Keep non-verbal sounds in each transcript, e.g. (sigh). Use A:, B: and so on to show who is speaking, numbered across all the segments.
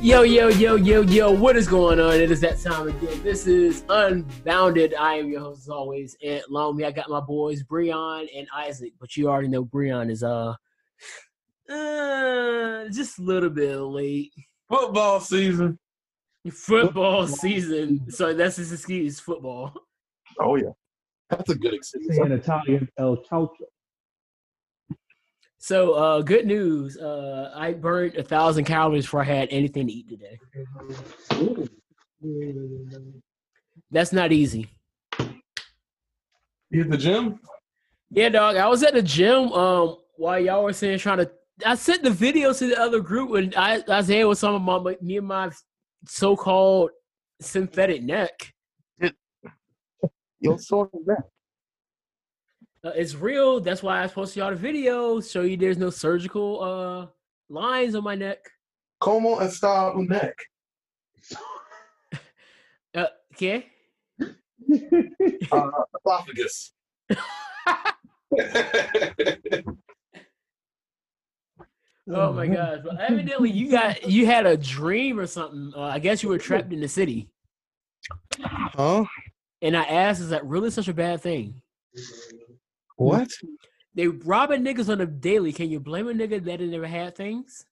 A: Yo, yo, yo, yo, yo, what is going on? It is that time again. This is Unbounded. I am your host, as always, Ant Lomi. I got my boys, Breon and Isaac, but you already know Breon is uh, uh just a little bit late.
B: Football season.
A: Football season. So that's his excuse, football.
B: Oh yeah, that's a good excuse.
C: Say in Italian, El Calcio.
A: So uh good news. Uh I burned a thousand calories before I had anything to eat today. That's not easy.
B: You at the gym?
A: Yeah, dog. I was at the gym um while y'all were saying trying to I sent the video to the other group and I Isaiah was talking about my, me and my so called synthetic neck.
D: You'll sort of that.
A: Uh, it's real. That's why I posted y'all the video. Show you there's no surgical uh lines on my neck.
B: Como está un neck?
A: Uh, okay.
B: Uh, esophagus.
A: (laughs) Oh
C: Mm-hmm.
A: my gosh! Well, evidently you got you had a dream or something. Uh, I guess you were trapped in the city.
D: (laughs) Huh?
A: And I asked, is that really such a bad thing?
D: What?
A: They robbing niggas on a daily. Can you blame a nigga that they never had things?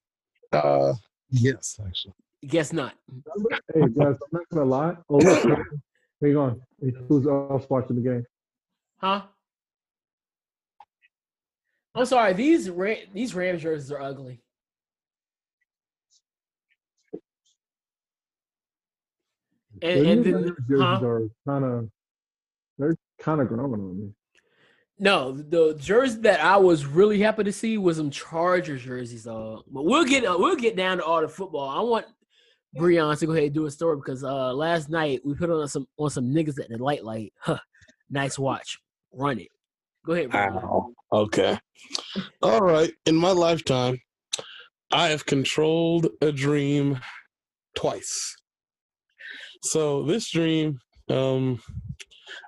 D: Uh, yes, actually.
A: Guess not.
C: Hey guys, I'm not gonna lie. Oh, look, hang on. Who's else watching the game?
A: Huh? I'm sorry. These Ra- these Rams jerseys are ugly. And, and
C: Their
A: then,
C: jerseys
A: huh?
C: are kind of they're kind of growing on me.
A: no, the jersey that I was really happy to see was some Chargers jerseys. Uh, but we'll get uh, we'll get down to all the football. I want Breon to go ahead and do a story because uh, last night we put on some on some niggas at the light light. Huh, nice watch. Run it. Go ahead. Breon.
D: Ow. Okay. All right. In my lifetime, I have controlled a dream twice. So this dream, um,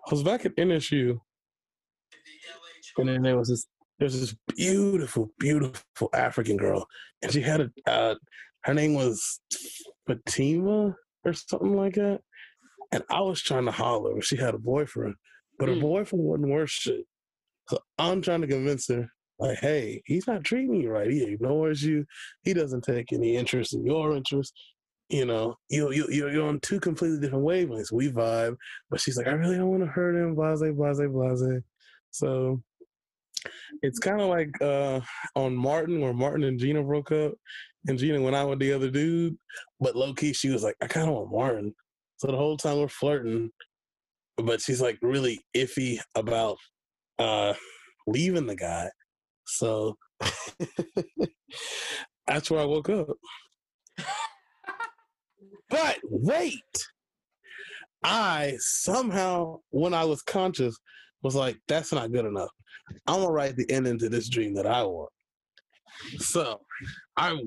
D: I was back at NSU, and then there was this there's this beautiful, beautiful African girl, and she had a uh, her name was Fatima or something like that, and I was trying to holler. She had a boyfriend, but her
A: Mm.
D: boyfriend wasn't worth shit. So I'm trying to convince her, like, hey, he's not treating you right. He ignores you. He doesn't take any interest in your interest. You know, you you you're you're on two completely different wavelengths. We vibe, but she's like, I really don't want to hurt him. Blase, blase, blase. So it's kind of like uh on Martin, where Martin and Gina broke up, and Gina went out with the other dude, but low key she was like, I kind of want Martin. So the whole time we're flirting, but she's like really iffy about uh leaving the guy. So that's where I woke up. but wait, I somehow, when I was conscious, was like, that's not good enough. I'm gonna write the ending to this dream that I want. So I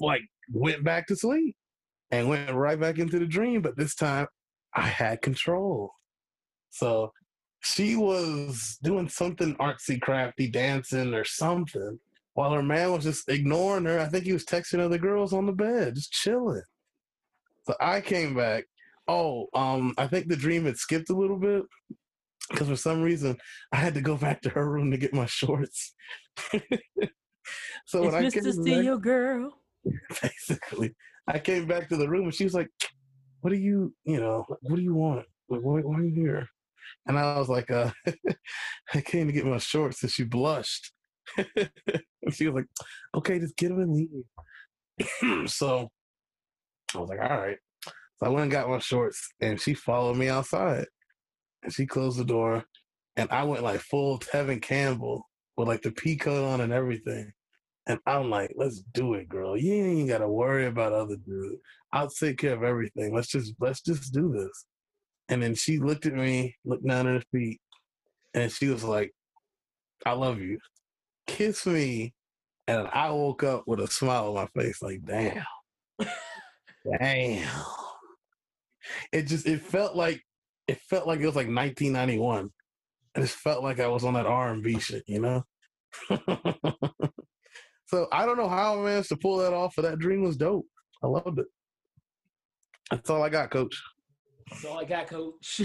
D: like went back to sleep and went right back into the dream, but this time I had control. So she was doing something artsy crafty, dancing or something, while her man was just ignoring her. I think he was texting other girls on the bed, just chilling. So I came back. Oh, um, I think the dream had skipped a little bit because for some reason I had to go back to her room to get my shorts. (laughs) so when I
A: It's
D: came
A: Mr.
D: back-
A: Steal Girl.
D: (laughs) basically. I came back to the room and she was like, "What do you, you know, what do you want? Like, why, why are you here?" And I was like, uh, (laughs) "I came to get my shorts," and she blushed. (laughs) and she was like, "Okay, just get them and leave." (clears throat) so I was like, "All right." So I went and got my shorts, and she followed me outside, and she closed the door, and I went like full Tevin Campbell with like the pea coat on and everything. And I'm like, let's do it, girl. You ain't gotta worry about other dude. I'll take care of everything. Let's just let's just do this. And then she looked at me, looked down at her feet, and she was like, I love you. Kiss me. And I woke up with a smile on my face, like, damn. damn. It just it felt like it felt like it was like 1991. It just felt like I was on that R&B shit, you know? (laughs) So I don't know how I managed to pull that off, but that dream was dope. I loved it. That's all I got, Coach.
A: That's all I got, coach.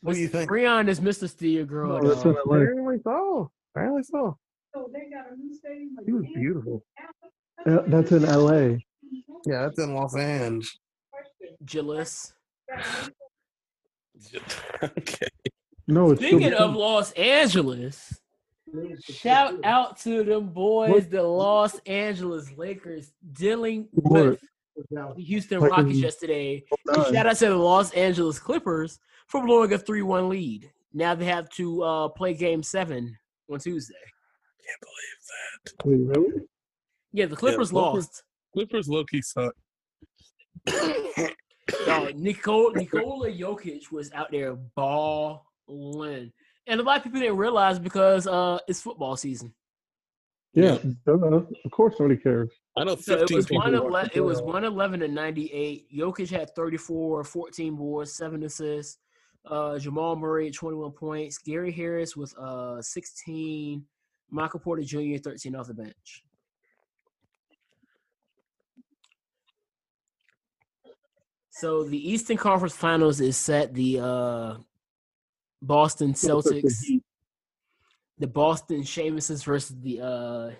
D: What do you think?
A: Breon is Mr. Steel Girl.
C: No,
A: dog.
C: listen. Apparently-
D: Apparently so. Apparently so.
E: So they got a new stadium. like
D: He was
E: Andy
D: beautiful.
E: Allen.
C: Uh, That's in LA.
D: Yeah, that's in Los
F: (laughs)
D: Angeles.
E: Question.
A: Gillis.
D: okay.
C: No, it's
A: Speaking
C: Super-
A: of Los Angeles, shout out to them boys,
C: What-
A: the Los Angeles Lakers, dealing
C: What?
A: with the Houston
C: Like,
A: Rockets
C: um,
A: yesterday.
C: Done.
A: Shout out to the Los Angeles Clippers for blowing a 3 1 lead. Now they have to uh, play game seven on Tuesday.
C: Wait, really?
A: Yeah, the Clippers
D: Clippers-
A: lost.
D: Clippers low key suck.
A: No, Nicole, Nikola Jokic was out there balling. And a lot of people didn't realize because uh, it's football season.
C: Yeah, duh. of course nobody cares.
F: I know
A: So it
F: 15
A: was
F: people.
A: one
F: watched
A: ele-
F: the
A: it was
F: playoffs.
A: one eleven to ninety eight. Jokic had 34, 14 boards, seven assists. Uh, Jamal Murray twenty one points. Gary Harris with uh sixteen. Michael Porter Jr. thirteen off the bench. So the Eastern Conference Finals is set. The uh, Boston Celtics, the Boston Seamuses versus the uh,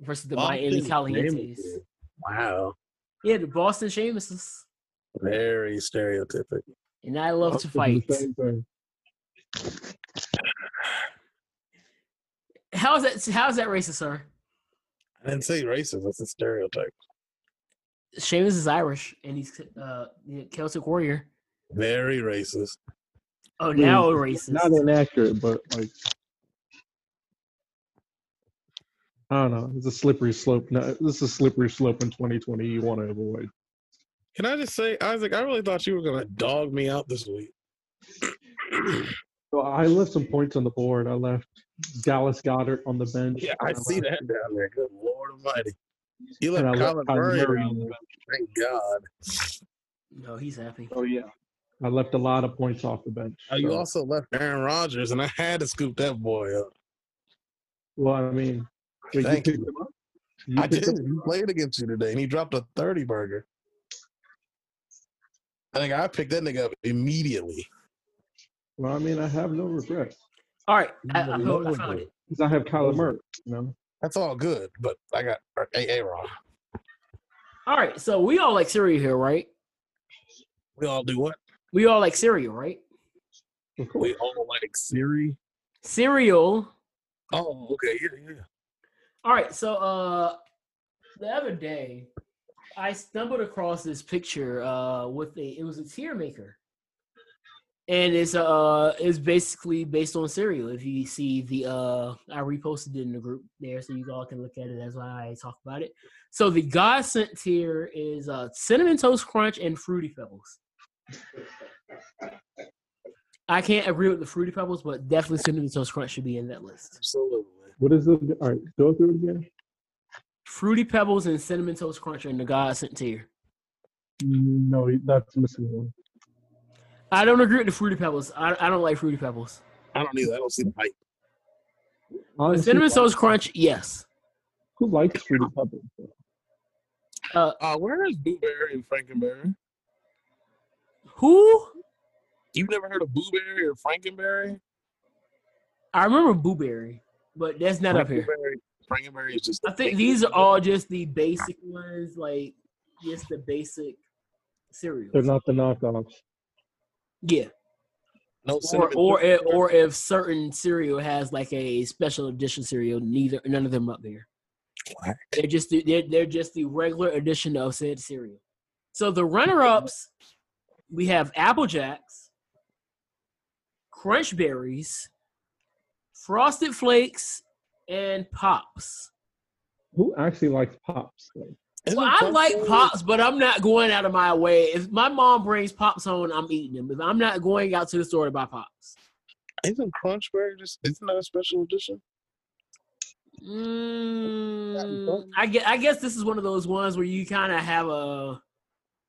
A: versus the Miami
F: Boston
A: Calientes.
F: Seamuses. Wow.
A: Yeah, the Boston Seamuses.
F: Very stereotypic.
A: And I love to
C: It's the
A: fight.
C: same thing.
A: How's that how's that racist, sir?
F: I didn't say racist. That's a stereotype.
A: Seamus is Irish and he's uh yeah, Celtic warrior.
F: Very racist.
A: Oh
C: Mm.
A: now racist.
C: Not inaccurate, but like I don't know. It's a slippery slope. No, this is a slippery slope in 2020. You want to avoid.
F: Can I just say, Isaac, I really thought you were going to dog me out this week.
C: So I left some points on the board. I left Dallas Goddard on the bench.
F: Yeah, I
C: and
F: see
C: left-
F: that down there. Good Lord Almighty. You
C: And I
F: left
C: left
F: Colin
C: Kyler
F: Murray.
C: Murray on
F: around.
C: the bench.
F: Thank God.
A: no, he's happy.
C: Oh yeah. I left a lot of points off the bench.
F: Oh, you
C: so-
F: also left Aaron Rodgers, and I had to scoop that boy up.
C: Well, I mean, wait,
F: Thank
C: you. picked
F: you.
C: him up? You
F: I
C: picked
F: did.
C: him
F: He played against you today, and he dropped a thirty burger. I think I picked that nigga up immediately.
C: Well, I mean, I have no regrets
A: All right, I, I,
F: No,
A: found-
F: no
A: I
F: one
A: found
F: did.
A: it.
C: because I have Kyler Murray. You know,
F: That's all good, but I got er, a Aaron.
A: All right, so we all like cereal here, right?
F: We all do what?
A: We all like cereal, right?
C: of course.
F: We all like Siri.
A: Cereal.
F: Oh, okay, yeah, yeah.
A: All right, so uh the other day I stumbled across this picture uh with a it was a tear maker. And it's uh it's basically based on cereal. If you see the uh I reposted it in the group there so you all can look at it. That's why I talk about it. So the God sent tier is uh cinnamon toast crunch and fruity pebbles. I can't agree with the fruity pebbles, but definitely cinnamon toast crunch should be in that list.
F: Absolutely.
C: What is the? All right, go through it again.
A: Fruity Pebbles and Cinnamon Toast Crunch are in the God sent tier.
C: No, that's missing one.
A: I don't agree with the Fruity Pebbles. I, I don't like Fruity Pebbles.
F: I don't either. I don't see the hype.
A: But
C: Honestly,
A: Cinnamon Toast Crunch, yes.
C: who likes fruity pebbles? though?
F: Uh, where is Boo Berry and Frankenberry?
A: Who?
F: You've never heard of Boo Berry or Frankenberry?
A: I remember Blueberry, but that's not up here.
F: Frankenberry- Frankenberry is just.
A: I think these are all just the basic ones, like just the basic
C: They're
A: cereals.
C: not the knockoffs.
A: Yeah.
F: no
A: Or
F: cinnamon
A: or
F: toast
A: if, or if certain cereal has like a special edition cereal, neither none of them up there.
F: What?
A: They're just the, they're, they're just the regular edition of said cereal. So the runner ups, we have Apple Jacks, Crunch Berries, Frosted Flakes, and Pops.
C: Who actually likes pops? though?
F: Isn't
A: Well, I
F: Pop
A: like
F: Century-
A: Pops, but I'm not going out of my way. If my mom brings Pops home, I'm eating them. If I'm not going out to the store to buy Pops.
F: Isn't Crunchberry just? Isn't that a special edition?
A: Mm, I guess, I guess this is one of those ones where you kind of have a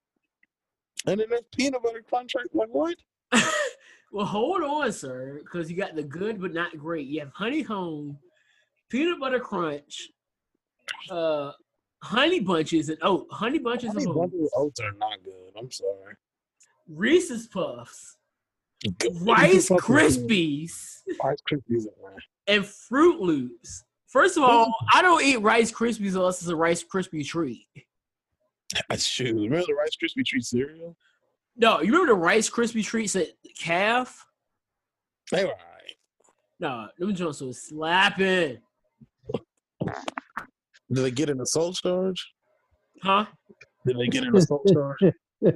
A: (laughs)
F: And then there's peanut butter crunch. right? Like what?
A: well, hold on, sir, because you got the good but not great. You have honeycomb, peanut butter crunch, uh, honey bunches and oat. Honey bunches
F: Honey
A: of
F: Bunches
A: oats.
F: of oats are not good. I'm sorry.
A: Reese's Puffs,
F: Good-
A: Rice
F: Fuck with me.
A: Krispies,
F: Rice Krispies are mine.
A: and Fruit Loops. First of all, I don't eat Rice Krispies unless it's a Rice Krispie treat.
F: Ah, Shoot, remember the Rice Krispie treat cereal?
A: No, you remember the Rice Krispie treats at Calf?
F: They were all right.
A: No, them joints was slapping.
F: Did they get an assault charge?
A: Huh?
F: Did they get an (laughs) assault charge?
A: Uh,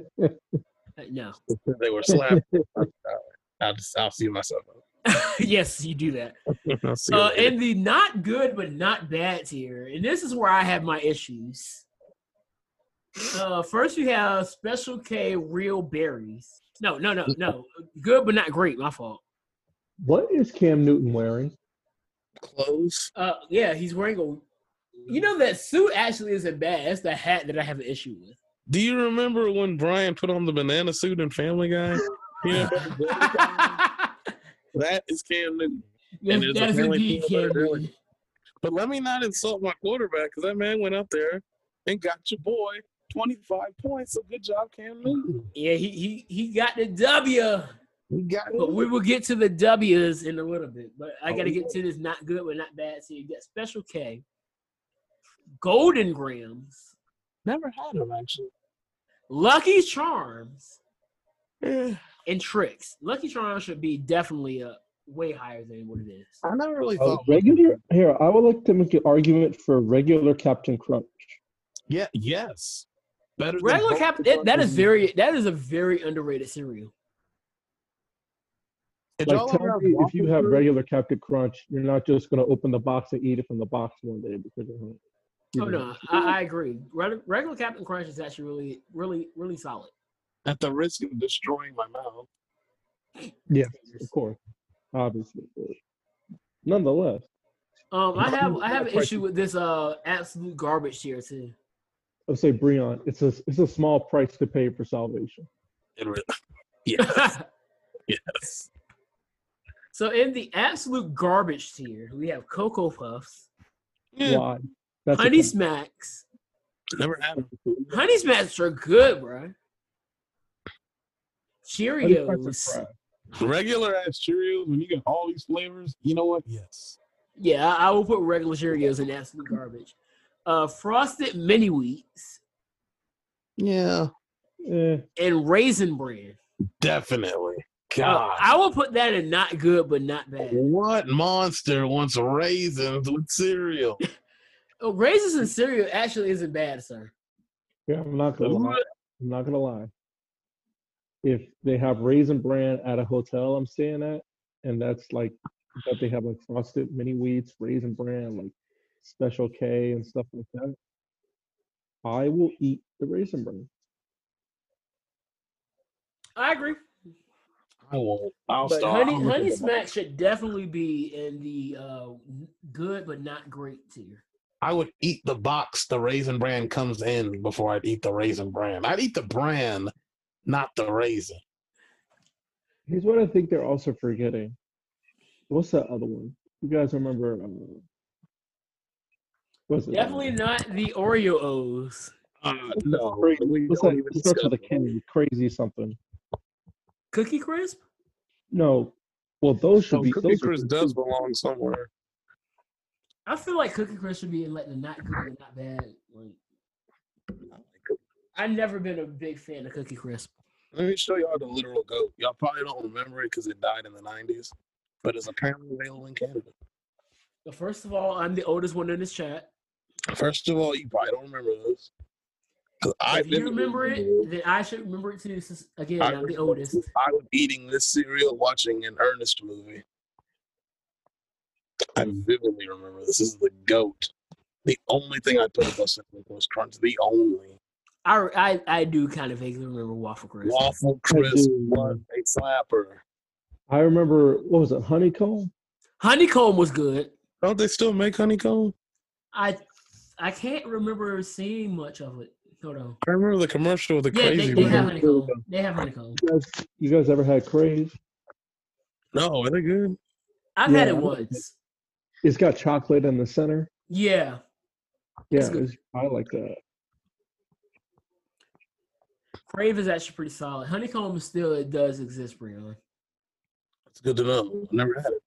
A: No. (laughs)
F: they (laughs) were slapped. I'll, just, I'll see myself.
A: yes, you do that.
F: I'll see
A: Uh,
F: it.
A: in the not good but not bad tier, and this is where I have my issues. Uh, first, we have Special K Real Berries. No, no, no, no. Good but not great. My fault.
C: What is Cam Newton wearing?
F: clothes.
A: Uh, yeah, he's wearing a. You know that suit actually isn't bad. That's the hat that I have an issue with.
F: (laughs) Do you remember when Brian put on the banana suit in Family (laughs) Guy? Yeah, that is Cam Newton.
A: Yes,
F: there's
A: that's
F: apparently
A: indeed
F: peanut butter
A: Cam
F: But let me not insult my quarterback because that man went out there and got your boy 25 points. So good job, Cam Newton.
A: Yeah, he, he he got the W,
F: He got
A: but we will get to the W's in a little bit. But I
F: Oh,
A: got to
F: we
A: get to this not good but not bad. So you got Special K, Golden Grams,
F: never had him actually.
A: Lucky Charms,
F: Yeah,
A: and Tricks. Lucky Charms should be definitely uh, way higher than what it is.
F: I never really
C: Uh,
F: thought.
C: regular here, I would like to make an argument for regular Captain Crunch.
F: Yeah, yes, better. than
A: Regular
F: both
A: cap.
F: the
A: That, that is
F: Chargers.
A: very. That is a very underrated cereal.
F: Did
C: Like,
F: y'all ever
C: tell
F: have
C: me if you
F: waffle
C: have
F: fruit?
C: regular Captain Crunch, you're not just gonna open the box and eat it from the box one day because you're hungry. You
A: Oh
C: know?
A: no, I, I agree. Reg- Regular Captain Crunch is actually really, really, really solid.
F: at the risk of destroying my mouth.
C: Of course, obviously. but Nonetheless,
A: Um, I have I have an
C: Quite-
A: issue with this uh absolute garbage tier too.
C: I would say Breon, it's a it's a small price to pay for salvation.
F: It really, yes,
C: (laughs)
F: yes.
A: so in the absolute garbage tier, we have Cocoa Puffs,
F: Yeah,
C: Why? That's a
A: Honey
C: fact.
A: Smacks.
F: never had him.
A: Honey Smacks are good, bro.
C: Honey Smacks
A: Cheerios.
C: are
F: Regular ass Cheerios when you get all these flavors. You know what? Yes.
A: Yeah, I, I will put regular Cheerios in absolute garbage. Uh, Frosted Mini Wheats
F: Yeah,
C: fried. Eh,
A: and Raisin Bran.
F: definitely.
A: Uh,
F: God.
A: I will put that in not good but not
C: Oh.
A: bad.
F: What monster wants raisins with cereal?
A: Oh, raisins and cereal actually isn't bad, sir.
C: yeah, I'm not gonna lie.
F: What?
C: I'm not gonna lie. If they have raisin bran at a hotel, I'm staying at, and that's like that they have like frosted mini wheats, raisin bran, like special K and stuff like that. I will eat the raisin bran.
A: I agree.
F: I won't. I'll
A: But
F: start.
A: honey,
F: I'll look
A: honey
F: at them.
A: smack should definitely be in the uh, n- good but not great tier.
F: I would eat the box the raisin bran comes in before I'd eat the raisin bran. I'd eat the bran, not the raisin.
C: Here's what I think they're also forgetting. What's that other one? You guys remember? Um, what's it?
A: Definitely not the Oreo O's.
F: Uh, no,
C: Crazy-
F: we
C: What's
F: don't
C: that?
F: even
C: It starts with a
F: discuss
C: K. Crazy something.
A: Cookie Crisp?
C: No. Well, those
F: it.
C: should
F: No,
C: be.
F: Cookie
C: those are
F: Crisp does belong somewhere.
A: I feel like Cookie Crisp should be in like the not good but not bad. Like, I've never been a big fan of Cookie Crisp.
F: Let me show y'all the literal goat. Y'all probably don't remember it because it died in the '90s, but it's apparently available in Canada.
A: But first of all, I'm the oldest one in this chat.
F: First of all, you probably don't remember those. 'Cause I
A: If you
F: vividly
A: remember it, then I should remember it too. since, Again,
F: I
A: I'm the oldest.
F: I was eating this cereal watching an Ernest movie. I vividly remember this is the goat. The only thing I put above Cinnamon Toast Crunch, the only
A: I, I, I do kind of vaguely remember Waffle Crisp.
F: waffle crisp
C: do.
F: was a slapper.
C: I remember what was it, honeycomb?
A: Honeycomb was good.
F: Don't they still make honeycomb?
A: I I can't remember seeing much of it. Hold on.
F: I remember the commercial with the
A: Yeah, they,
F: crazy
A: they
F: one.
A: have
C: one.
A: honeycomb. They have honeycomb.
C: You guys, you guys ever had crave?
F: No, are they good?
A: I've had
C: Yeah,
A: it
C: I-
A: once.
C: It's got chocolate in the center.
A: Yeah.
C: Yeah,
A: That's good.
C: it's- I like that.
A: Crave is actually pretty solid. Honeycomb is still it does exist, Brian.
F: It's good to know. I never had it.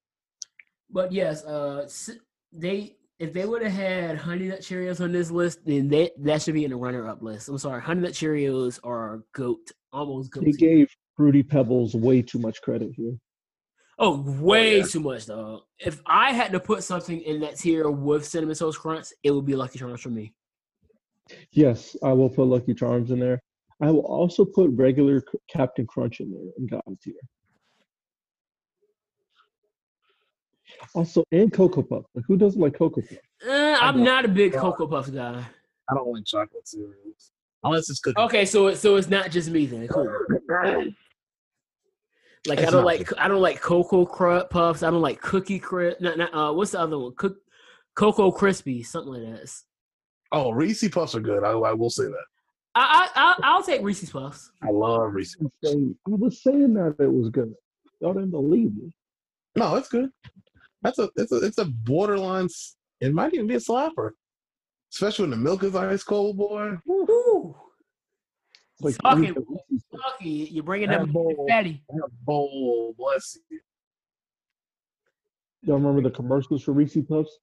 A: But yes, uh, s- they if they would have had Honey Nut Cheerios on this list, then that that should be in the runner up list. I'm sorry, Honey Nut Cheerios are goat, almost goat.
C: They gave Fruity Pebbles way too much credit here.
A: Oh, way
F: yeah.
A: too much, dog. If I had to put something in that tier with cinnamon toast crunch, it would be Lucky Charms for me.
C: Yes, I will put Lucky Charms in there. I will also put regular C- Captain Crunch in there in God tier. Also, and Cocoa Puff. Like, who doesn't like Cocoa Puff?
A: Eh, I'm
F: know.
A: not a big
F: Yeah.
A: Cocoa Puff guy.
F: I don't like chocolate cereals unless it's cookies.
A: Okay, so it- so it's not just me then.
F: (laughs)
A: Cool. Like I
F: It's
A: don't
F: not
A: like I don't like cocoa crud puffs. I don't like cookie crud. Not, not, uh, what's the other one? Cook cocoa crispy, something like that.
F: Oh, Reese Puffs are good. I, I will say that.
A: I I I'll, I'll take Reese's Puffs.
F: I love Reese.
C: I'm saying- I was saying that it was good. Y'all didn't believe me.
F: No, it's good. That's a it's a it's a borderline. s- It might even be a slapper, especially when the milk is ice cold, boy.
A: Woo.
C: It's like
A: Talking-
C: Reese's Pieces.
A: Lucky, you're bringing
F: That
A: up
F: bowl.
A: fatty.
F: That bowl, Oh, bless you.
C: Y'all remember the commercials for Reese's Puffs?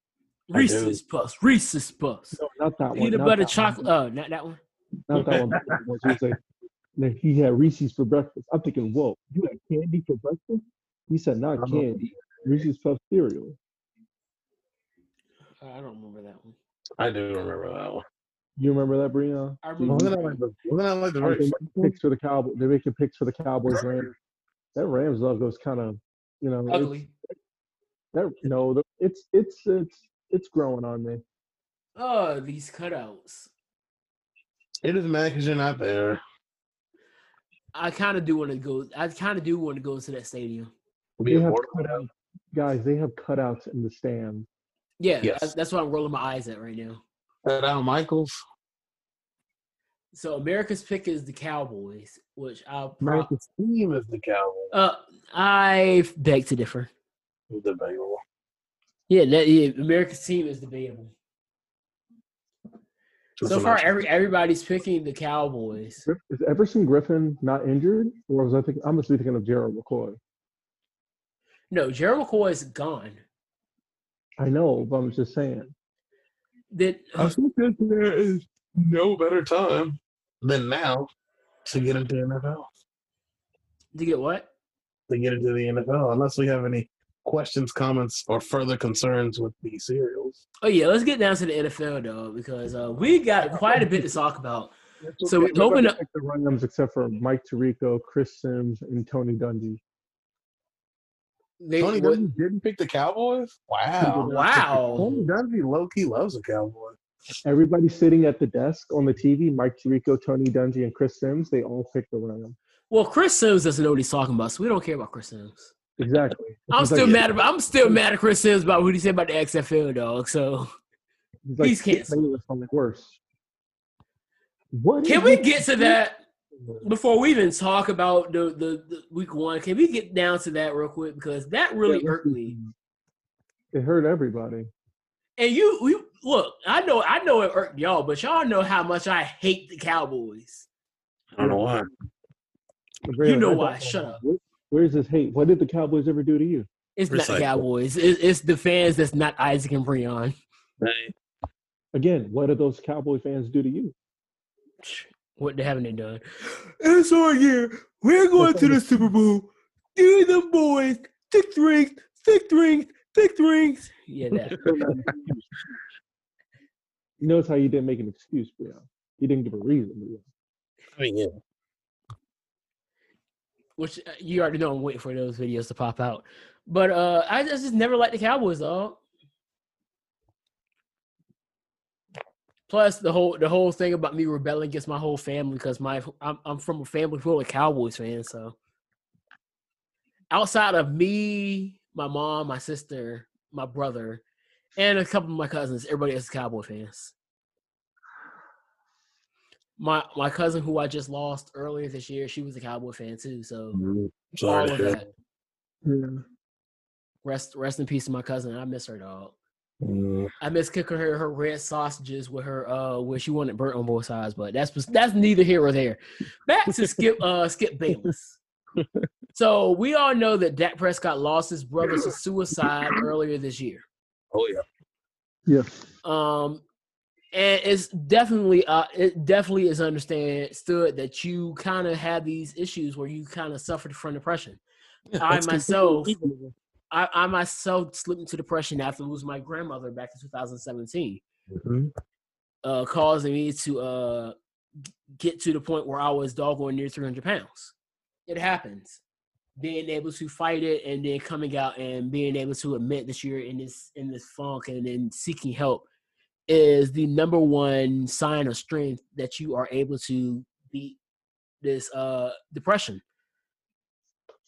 F: do.
A: Reese's Puffs. Reese's Puffs.
C: No, not that one.
A: Peanut
C: not
A: butter
C: that one.
A: chocolate. Oh, not that one.
C: Not that one. but the ones who say, "Man, he had Reese's for breakfast. I'm thinking, whoa, you had candy for breakfast? He said, not
F: Uh-huh.
C: candy, Reese's Puff cereal.
A: Uh, I don't remember that one.
F: I do remember that one.
C: You remember that, Brian?
A: I remember.
F: Wasn't that like the wasn't that like the
C: They're
F: very
C: making
F: first one?
C: picks for the Cowboys. They're making picks for the Cowboys. Rams. That Rams logo is kind of, you know, it's-
A: Ugly.
C: That no, the- it's it's it's it's growing on me.
A: Oh, these cutouts.
F: It is mad because you're not there.
A: I kind of do want to go. I kind of do want to go into that stadium.
F: Be
C: They
F: a
C: have
F: border-
C: cutouts. Guys, they have cutouts in the stand.
A: Yeah,
F: Yes.
A: that's, that's what I'm rolling my eyes at right now.
F: at Al Michaels.
A: So America's pick is the Cowboys, which I'll pro-
F: America's team is the Cowboys.
A: uh, I beg to differ.
F: Debatable.
A: Yeah, that, yeah, America's team is debatable. So
F: Just
A: far,
F: imagine.
A: every everybody's picking the Cowboys.
C: Is Everson Griffin not injured, or was I thinking? I must be thinking of Gerald McCoy.
A: No, Gerald McCoy is gone.
C: I know, but I'm just saying.
A: Then
F: I think that there is no better time than now to get into NFL.
A: to get what?
F: To get into the NFL, unless we have any questions, comments, or further concerns with the serials.
A: Oh yeah, let's get down to the NFL though, because uh, we got quite a bit to talk about. So,
C: Okay,
A: to open
C: nobody
A: up-
C: picked the Rams except for Mike Tirico, Chris Sims, and Tony Dungy.
A: They-
F: Tony
A: what-
F: Dungy didn't pick the Cowboys? Wow.
A: wow,
F: Tony Dungy low key loves the Cowboys.
C: Everybody sitting at the desk on the TV, Mike Tirico, Tony Dungy, and Chris Sims, they all picked the Rams.
A: Well, Chris Sims doesn't know what he's talking about, so we don't care about Chris Sims.
C: Exactly.
A: (laughs) I'm
C: He's
A: still
C: like,
A: mad about I'm still mad at Chris Sims about what he said about the XFL dog. So
C: he's
A: Please
C: like,
A: can't-
C: playlist on the worst. What
A: can
C: is
A: we
C: it?
A: get (laughs) to that before we even talk about the, the, the week one? Can we get down to that real quick because that really
C: Yeah,
A: irked me.
C: It hurt everybody.
A: And you, you look, I know I know it irked y'all, but y'all know how much I hate the Cowboys.
F: I don't know why.
A: You
C: Brandon, I
A: know
C: don't
A: why? Shut up.
C: Where's this hate? What did the Cowboys ever do to you?
A: It's not the
F: Precisely.
A: Cowboys. It, it's the fans that's not Isaac and Breon.
F: Hey,
C: Again, what did those Cowboy fans do to you?
A: What they haven't they done? It's our year. We're going to the Super Bowl. Do the boys. Six rings. Six rings. Six rings. Yeah, that.
C: Notice how you didn't make an excuse, Brian. You didn't give a reason. Brian.
F: I mean, yeah.
A: Which uh, you already know I'm waiting for those videos to pop out. But uh I just, just never liked the Cowboys, dog. Plus the whole the whole thing about me rebelling against my whole family because my I'm, I'm from a family full of Cowboys fans. So outside of me, my mom, my sister, my brother, and a couple of my cousins, everybody else is Cowboy fans. My my cousin who I just lost earlier this year, she was a Cowboy fan too. So
F: Sorry
A: all
F: to
A: of
F: hear.
C: Mm.
A: that. Rest rest in peace to my cousin. I miss her, dog.
D: Mm,
A: I miss cooking her her red sausages with her uh where she wanted burnt on both sides, but that's that's neither here or there. Back to Skip uh Skip Bayless. So we all know that Dak Prescott lost his brother to suicide earlier this year.
F: Oh yeah.
C: Yeah.
A: Um, and it's definitely uh, it definitely is understood that you kind of had these issues where you kind of suffered from depression.
F: Yeah,
A: I
F: that's
A: myself-
F: completely believable.
A: I, I myself slipped into depression after losing my grandmother back in 2017,
F: Mm-hmm.
D: mhm.
A: uh, causing me to uh g- get to the point where I was doggone near 300 pounds. It happens. Being able to fight it and then coming out and being able to admit that you're in this in this funk and then seeking help is the number one sign of strength that you are able to beat this uh depression.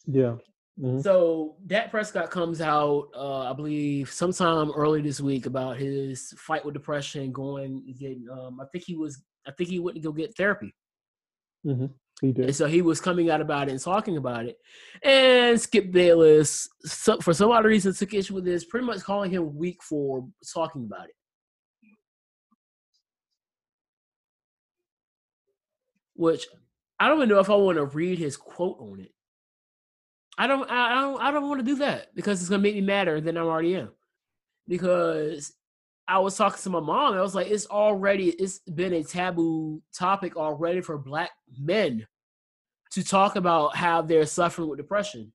C: Yeah. Mhm.
A: So Dak Prescott comes out, uh, I believe, sometime early this week about his fight with depression, going getting. Um, I think he was. I think he went to go get therapy,
C: He did.
A: and so he was coming out about it and talking about it. And Skip Bayless, so, for some odd reason, took issue with this, pretty much calling him weak for talking about it. Which I don't even know if I want to read his quote on it. I don't, I I don't, I don't want to do that because it's gonna make me madder than I already am. Because I was talking to my mom, and I was like, it's already, it's been a taboo topic already for black men to talk about how they're suffering with depression.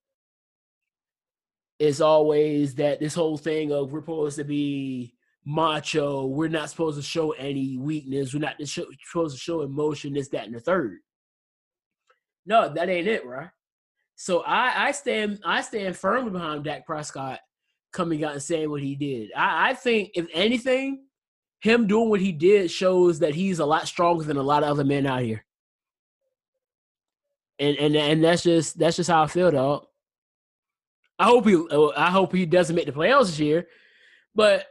A: It's always that this whole thing of we're supposed to be macho, we're not supposed to show any weakness, we're not to show, supposed to show emotion, this, that, and the third. No, that ain't it, right? So I, I stand I stand firmly behind Dak Prescott coming out and saying what he did. I, I think if anything, him doing what he did shows that he's a lot stronger than a lot of other men out here. And and and that's just that's just how I feel, dog. I hope he uh, I hope he doesn't make the playoffs this year, but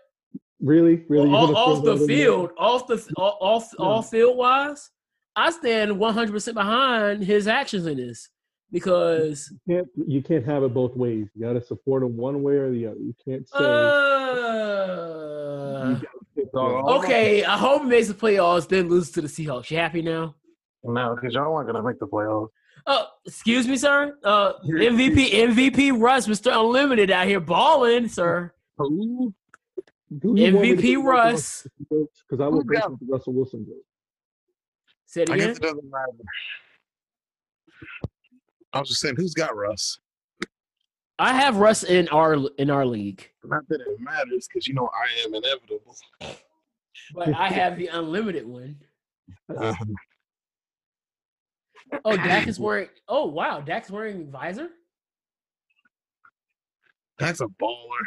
C: Really? Really?
A: off,
C: You're
A: off
C: gonna
A: the
C: feel better than
A: field, off the off off, off field wise, I stand one hundred percent behind his actions in this because
C: that? You can't, you can't have it both ways. You got to support him one way or the other. You can't say.
A: Uh,
C: you gotta
F: Oh.
D: Y'all
A: okay, I hope he makes the playoffs, then loses to the Seahawks. You happy now?
D: No, because y'all aren't gonna make the playoffs.
A: Oh, excuse me, sir. Uh, MVP, MVP Russ, Mister Unlimited out here balling, sir.
F: Who?
A: MVP Russ.
C: Because I
D: Who
C: would break
D: got-
C: with the Russell Wilson joke.
A: Say it
F: I
A: again.
F: guess it doesn't matter. I was just saying, who's got Russ?
A: I have Russ in our in our league,
F: Not that it matters, because you know I am inevitable.
A: but I have the unlimited one.
F: Uh-huh.
A: Oh, Dak is wearing. Oh wow, Dak's wearing visor.
F: That's a baller.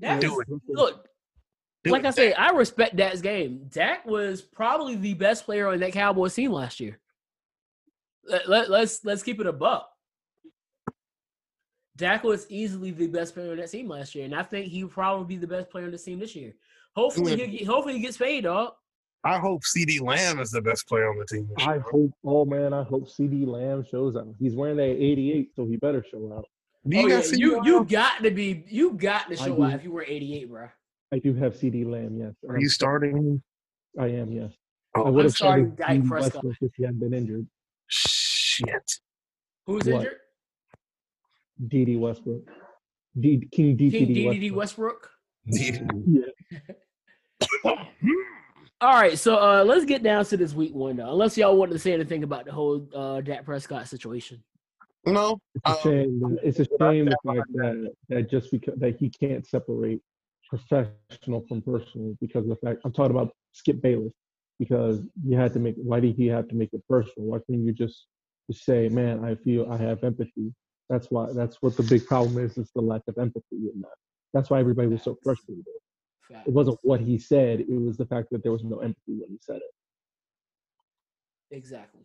A: Dak
F: Do
A: is- look.
F: Do
A: like
F: it,
A: I said, I respect Dak's game. Dak was probably the best player on that Cowboys team last year. Let, let, let's let's keep it a buck. Dak was easily the best player on that team last year, and I think he will probably be the best player on the team this year. Hopefully,
F: Yeah.
A: he get, hopefully he gets paid, dog.
F: I hope CD Lamb is the best player on the team. this
C: I
F: year.
C: hope, oh man, I hope CD Lamb shows out. He's wearing that 88, so he better show out.
F: Do
A: You,
F: you
A: oh, yeah.
F: not see
A: you,
F: Lamb?
A: you got to be you got to
C: I
A: show
C: do.
A: out if you were 88, bro.
C: I do have CD Lamb, yes.
F: Are you starting him?
C: I am, yes.
F: Oh,
C: I
F: I'm
C: would have
A: starting Dak
C: started Dak
A: Prescott.
C: Prescott if he hadn't been injured.
F: Shit.
A: Who's
C: What?
A: injured?
C: DD Westbrook. D, King DTD
A: King DDD
C: Westbrook.
A: Westbrook.
D: (laughs)
C: Yeah.
A: All right, so uh, let's get down to this week one, though. Unless y'all wanted to say anything about the whole uh, Dak Prescott situation.
F: no.
C: It's a
F: um,
C: shame. that- It's a
D: I
C: shame the
D: said
C: fact that, that just because that he can't separate professional from personal because of the fact I'm talking about Skip Bayless because you had to make why did he have to make it personal? Why couldn't you just, just say, man, I feel I have empathy? That's why that's what the big problem is is the lack of empathy in that. That's why everybody was so frustrated.
A: Fact.
C: It wasn't what he said; it was the fact that there was no empathy when he said it.
A: Exactly.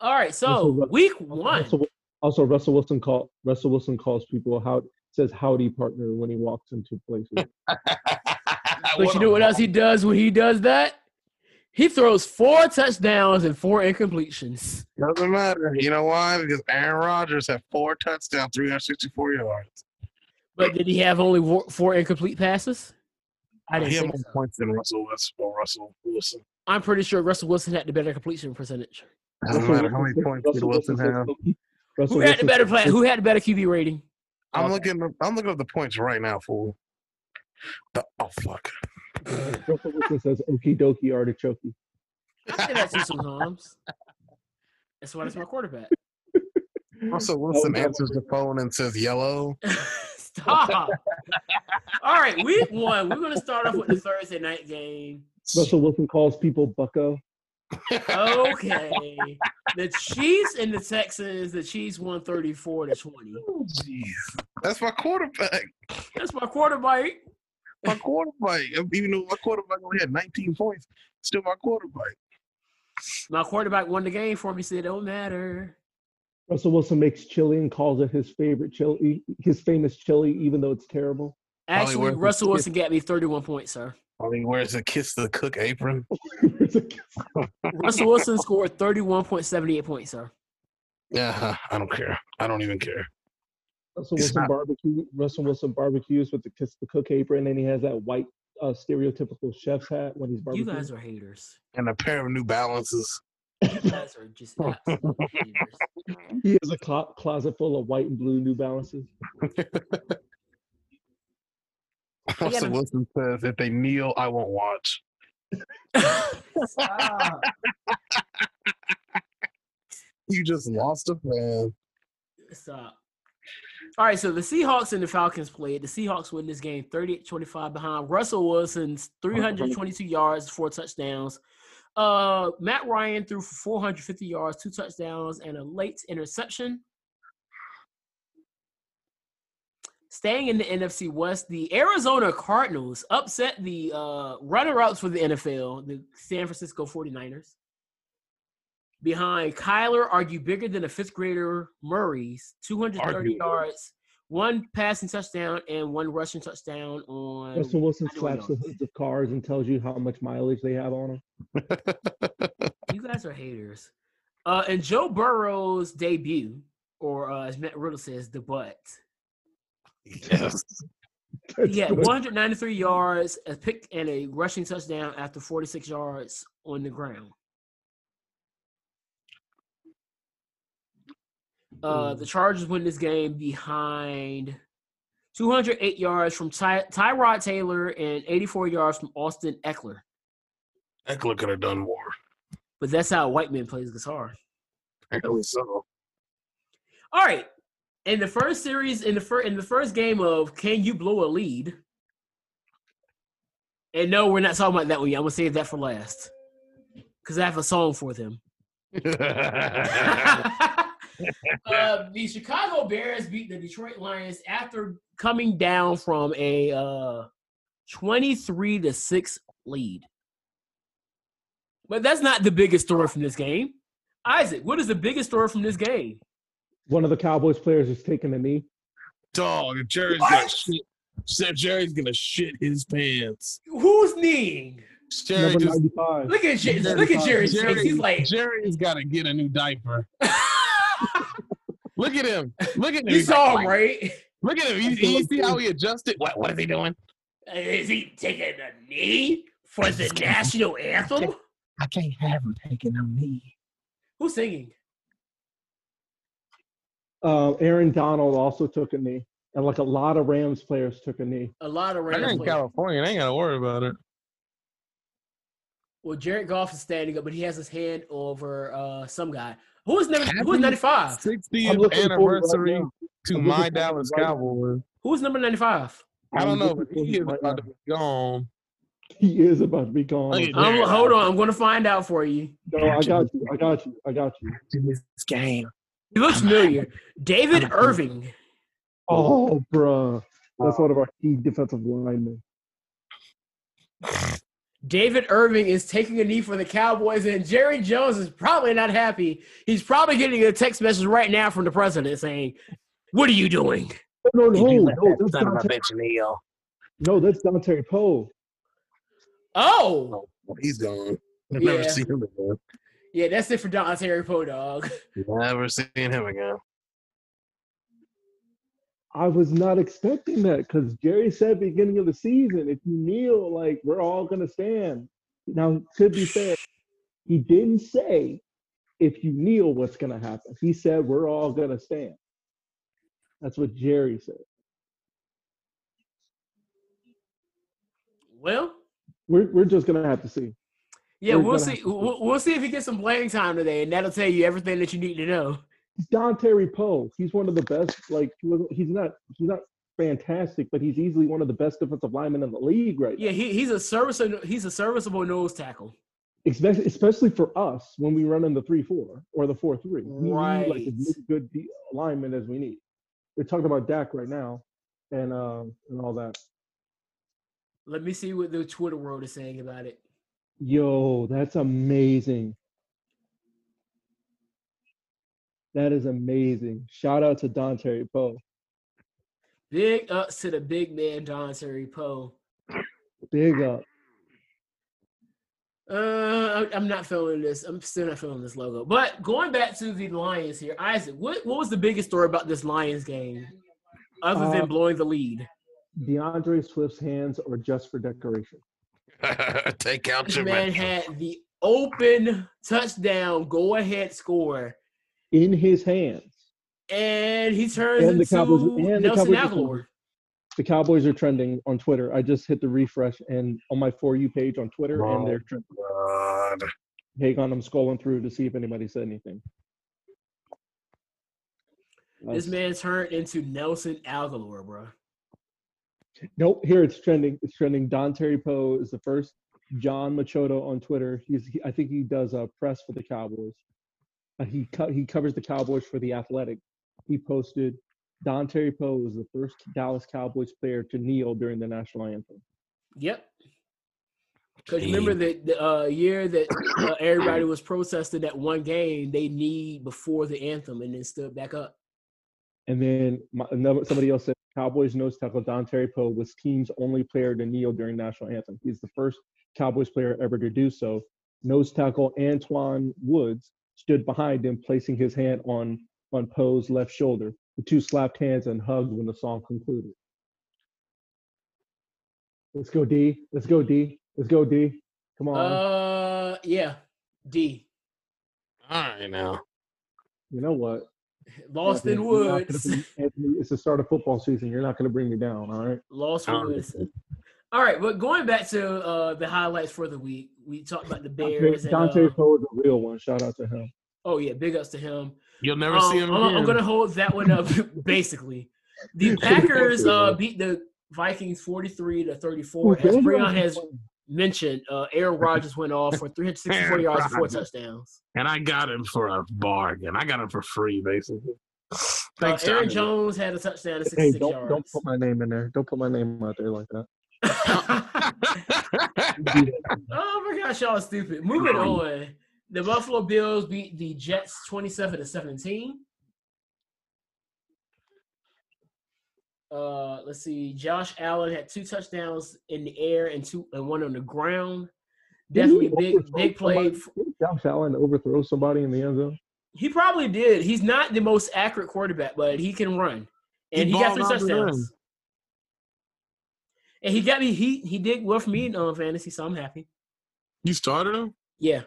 A: All right, so
C: Also, Ru-
A: week one.
C: Also, also, Russell Wilson call Russell Wilson calls people how says howdy partner when he walks into places.
A: But you know what else he does when he does that? He throws four touchdowns and four incompletions.
F: Doesn't matter. You know why? Because Aaron Rodgers had four touchdowns, 364 yards.
A: But did he have only wo- four incomplete passes? I didn't
F: He had
A: think
F: more
A: so.
F: points than Russell Westbrook, Russell Wilson.
A: I'm pretty sure Russell Wilson had the better completion percentage.
D: Doesn't
C: Russell
D: matter how many points did Wilson have.
C: Russell
A: Who had the
C: Wilson-
A: better play? Who had the better QB rating?
D: I'm looking. up- I'm looking up the points right now, fool. The, oh fuck!
C: Russell Wilson says "Okie dokie artichoke."
A: I say that to you sometimes. That's why that's my quarterback. (laughs)
D: Russell Wilson
C: no.
D: answers the phone and says yellow.
A: Stop. All right, week one. We're gonna start off with the Thursday night game.
C: Russell Wilson calls people bucko.
A: Okay. The Chiefs and the Texans. The Chiefs won 34 to 20.
D: Jeez. That's my quarterback.
A: That's my quarterback.
D: My quarterback. Even though my quarterback only had 19 points, still my quarterback.
A: My quarterback won the game for me, so it don't matter.
C: Russell Wilson makes chili and calls it his favorite chili, his famous chili, even though it's terrible. (laughs)
D: Probably
A: Actually,
D: worth it.
A: Russell Wilson got me 31 points, sir.
D: I mean, where's the kiss the cook apron?
A: Russell Wilson scored 31.78 points, sir.
D: Yeah, (laughs) I don't care. I don't even care.
C: Russell
D: It's
C: Wilson
D: not-
C: barbecue. Russell Wilson barbecues with the kiss the cook apron, and he has that white uh, stereotypical chef's hat when he's barbecuing.
A: You guys are haters.
D: And a pair of New Balances.
A: You guys are just absolute haters.
C: (laughs) he has a clo- closet full of white and blue New Balances.
D: (laughs) Russell
A: a-
D: Wilson says, "If they kneel, I won't watch."
A: (laughs) Stop.
D: You just lost a fan.
A: Stop. uh, All right, so the Seahawks and the Falcons played. The Seahawks win this game 38 25 behind Russell Wilson's 322 yards, four touchdowns. Uh, Matt Ryan threw for 450 yards, two touchdowns, and a late interception. Staying in the NFC West, the Arizona Cardinals upset the uh, runner ups for the NFL, the San Francisco 49ers behind Kyler, argue bigger than a fifth grader Murray's 230
D: Argue.
A: yards, one passing touchdown, and one rushing touchdown on.
C: Russell Wilson
A: I know
C: slaps the
A: you
C: hoods of cars and tells you how much mileage they have on them.
A: You guys are haters. Uh, and Joe Burrow's debut, or uh, as Matt Riddle says, the butt.
D: Yes.
A: He had 193 yards, a pick, and a rushing touchdown after 46 yards on the ground. Uh, the Chargers win this game behind 208 yards from Ty- Tyrod Taylor and 84 yards from Austin Eckler.
D: Eckler could have done more.
A: But that's how a white man plays guitar.
D: Apparently so.
A: All right. In the first series, in the first in the first game of Can You Blow a Lead? And no, we're not talking about that one yet. I'm gonna save that for last. Cause I have a song for them. (laughs) uh, the Chicago Bears beat the Detroit Lions after coming down from a uh, 23 to 6 lead. But that's not the biggest story from this game. Isaac, what is the biggest story from this game?
C: One of the Cowboys players is taking a knee.
F: Dog, Jerry's gonna shit. Sir Jerry's gonna shit his pants.
A: Who's kneeing?
F: Jerry
C: Number
F: just,
C: 95.
A: Look at Jer- look at Jerry's
F: Jerry-
A: face. He's like,
F: Jerry's gotta get a new diaper. Look at him. Look at
A: (laughs)
F: him.
A: you
F: He's
A: saw
F: like-
A: him, right?
F: Look at him. You, you see how he adjusted? What what is he doing?
A: Is he taking a knee for the national anthem?
F: I can't have him taking a knee.
A: Who's singing?
C: Uh, Aaron Donald also took a knee, and like a lot of Rams players took a knee. (laughs)
A: A lot of
F: They're
A: random.
F: in
A: players.
F: California. They ain't gotta worry about it.
A: Well, Jared Goff is standing up, but he has his hand over uh, some guy. Who is number who is
F: Happy-
A: ninety five?
F: 60th anniversary to
C: I'm looking
F: my
C: forward
F: Dallas
C: right now.
F: Cowboys.
A: Who is number ninety five?
F: I don't
C: I'm
F: know,
C: looking
F: but
C: for
F: he
C: him
F: is
C: right
F: about to
C: now.
F: be gone.
C: He is about to be gone.
F: Look at
A: I'm
F: Jared.
A: hold on, I'm gonna find out for you.
C: No, I got you. I got you. I got you.
F: This game.
A: He looks familiar. David Irving.
C: Oh, bruh. That's one of our key defensive linemen.
A: David Irving is taking a knee for the Cowboys, and Jerry Jones is probably not happy. He's probably getting a text message right now from the president saying, What are you doing?
C: No, no, no. that's Dante,
F: E
C: no, that's Dante Poe.
A: Oh,
D: He's gone. I've
A: Yeah.
D: never seen him again.
A: yeah, that's it for Don Terry Poe, dog.
D: Never seen him again.
C: I was not expecting that because Jerry said beginning of the season, if you kneel, like we're all gonna stand. Now, to be fair, he didn't say if you kneel, what's gonna happen. He said we're all gonna stand. That's what Jerry said.
A: Well,
C: We're we're just gonna have to see.
A: yeah,
C: We're
A: we'll
C: gonna
A: see. We'll, we'll see if he gets some playing time today, and that'll tell you everything that you need to know.
C: Don Terry Poe. He's one of the best. Like he was- he's not he's not fantastic, but he's easily one of the best defensive linemen in the league right
A: Yeah, he, he's a serviceable he's a serviceable nose tackle.
C: especially especially for us when we run in the three four or the four three. We need like as many
A: Right.
C: good de- alignment as we need. We're talking about Dak right now, and um and all that.
A: Let me see what the Twitter world is saying about it.
C: Yo, that's amazing. That is amazing. Shout out to Don Terry Poe.
A: Big ups to the big man Don Terry Poe.
C: Big up.
A: Uh, I- I'm not feeling this. I'm still not feeling this logo. But going back to the Lions here, Isaac, what, what was the biggest story about this Lions game, other than
C: Uh,
A: blowing the lead?
C: DeAndre Swift's hands are just for decoration.
D: (laughs) Take out
A: This
D: your
A: man
D: man.
A: had the open touchdown, go ahead score,
C: In his hands.
A: and he turns
C: And the
A: into
C: Cowboys- and the
A: Nelson
C: Cowboys defense.
A: Aguilar.
C: The Cowboys are trending on Twitter. I just hit the refresh and on my for you page on Twitter, and they're trending.
D: God.
C: Hang on, I'm scrolling through to see if anybody said anything.
A: This
C: That's-
A: man turned into Nelson Aguilar, bro.
C: Nope, here it's trending. It's trending. Don Terry Poe is the first. John Machoto on Twitter. He's he, I think he does uh, press for the Cowboys. Uh, he co- he covers the Cowboys for the Athletic. He posted Don Terry Poe was the first Dallas Cowboys player to kneel during the national anthem.
A: Yep. Because remember that the uh, year that uh, everybody was protesting that one game, they need before the anthem and then stood back up.
C: And then my, another somebody else said Cowboys nose tackle Don Terry Poe was team's only player to kneel during national anthem. He's the first Cowboys player ever to do so. Nose tackle Antoine Woods stood behind him, placing his hand on on Poe's left shoulder. The two slapped hands and hugged when the song concluded. Let's go D. Let's go D. Let's go D. Come on.
A: Uh, yeah, D.
F: All right now.
C: you know what?
A: Lost in
C: Anthony, you're not gonna
A: Woods.
C: bring- Anthony, it's the start of football season. You're not going to bring me down, all right?
A: Lost
F: Um,
A: Woods. All right, but going back to uh, the highlights for the week, we talked about the Bears. And,
C: Don Terry
A: uh,
C: Poe is a real one. Shout out to him.
A: oh yeah, big ups to him.
F: You'll never
A: Um,
F: see him
A: I'm,
F: again.
A: I'm gonna hold that one up (laughs) basically.
C: (laughs)
A: The Packers uh, beat the Vikings 43 to 34. As Breon has mentioned, uh, Aaron Rodgers went off for 364
F: Aaron
A: yards, and four
F: Rodgers.
A: touchdowns.
F: and I got him for a bargain. I got him for free, basically.
A: Uh,
F: Thanks,
A: Aaron
F: Jonathan.
A: Jones had a touchdown and 66
C: Hey, don't
A: yards.
C: don't put my name in there. Don't put my name out there like that. (laughs)
A: oh my gosh, y'all are stupid. Moving on, the Buffalo Bills beat the Jets 27 to 17. Uh, let's see. Josh Allen had two touchdowns in the air and two and one on the ground. Definitely big big play.
C: Did Josh Allen overthrow somebody in the end zone.
A: He probably did. He's not the most accurate quarterback, but he can run,
F: He
A: and he, got
F: balled
A: three
F: out the
A: touchdowns. And he got me. He he did well for me in um, fantasy, so I'm happy.
F: you started him?
A: Yeah,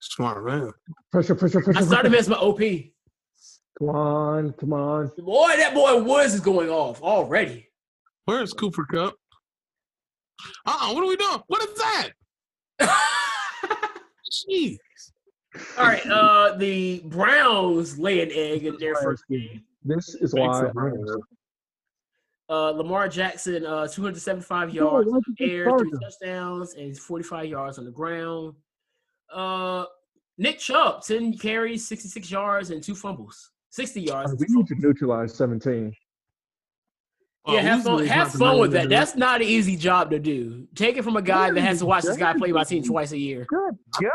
F: Smart man.
C: Pressure, pressure, pressure.
A: I started him
F: (laughs)
C: pressure.
A: as my OP.
C: Come on, come on.
A: Boy, that boy Woods is going off already.
F: Where's Cooper Cup? Uh uh what are we doing? What is that?
A: All
F: (laughs) Jeez.
A: right, uh, the Browns lay an egg in their first game.
C: This is
F: Thanks,
C: why.
F: Brian.
A: Uh, Lamar Jackson, uh, 275
C: Yo,
A: yards,
C: why'd you pick
A: air, three
C: Gardner?
A: touchdowns, and 45 yards on the ground. Uh, Nick Chubb, 10 carries, 66 yards, and two fumbles. 60 yards. and
C: We
A: two
C: need to
A: fumbles.
C: neutralize 17.
A: yeah,
F: Oh,
A: have
F: who's
A: fun,
F: the-
A: have fun with that. That's not an easy job to do. Take it from a guy that has to watch this guy play by team twice a year.
F: Good God.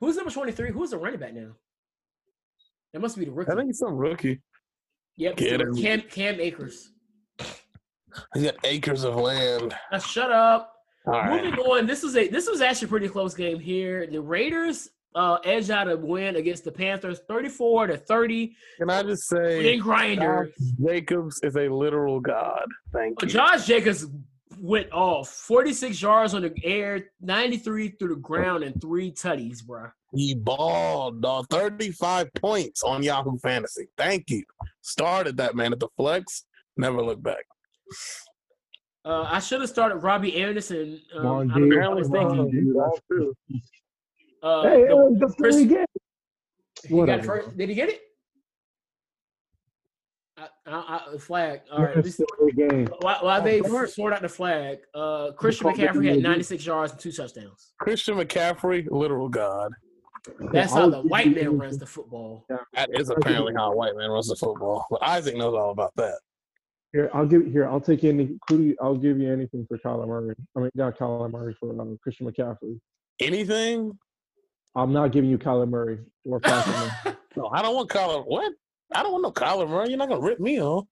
A: Who's number 23? Who's the running back now? That must be the rookie.
F: I think it's some rookie.
A: Yep.
F: Get
A: so
F: him.
A: Cam Cam Akers.
D: He's got acres of land.
A: Now shut up.
D: All right.
A: Moving on. This was a this was actually a pretty close game here. The Raiders uh, Edge out a win against the Panthers, thirty-four to thirty.
F: Can I just
A: In
F: say,
A: Grinder,
F: Jacobs is a literal god. Thank you.
A: Uh, Josh Jacobs went off forty-six yards on the air, ninety-three through the ground, and three tutties, bro.
D: He balled, dog. 35 Oh, points on Yahoo Fantasy. Thank you. Started that man at the flex. Never look back.
A: Uh, I should have started Robbie Anderson. Um,
C: Long
A: I don't know
C: day.
A: what I was
C: Long
A: thinking.
C: day.
A: Uh,
C: Hey,
A: the-
C: uh, that's
A: Chris-
C: what we get.
A: he got it
C: Whatever.
A: first. Did he get it? I, I, I, flag. All right.
C: Yes,
A: This,
C: that's what we get.
A: while, while they
D: Lord.
A: sort out the flag, uh, Christian
C: Oh, called
A: McCaffrey
C: it-
A: had 96 yards and two touchdowns.
D: Christian McCaffrey, literal god.
A: That's
C: I
A: how
C: would
A: the
C: give
A: white
C: you-
A: man runs the football.
D: That is apparently how a white man runs the football. But Isaac knows all about that.
C: Here, I'll give here. I'll take any. Who do you, I'll give you anything for Kyler Murray. I mean, not Kyler Murray for um, Christian McCaffrey.
D: Anything?
C: I'm not giving you Kyler Murray or
A: (laughs)
C: Patrick Mahomes.
D: No, I don't want Kyler. What? I don't want no Kyler Murray. You're not gonna rip me off.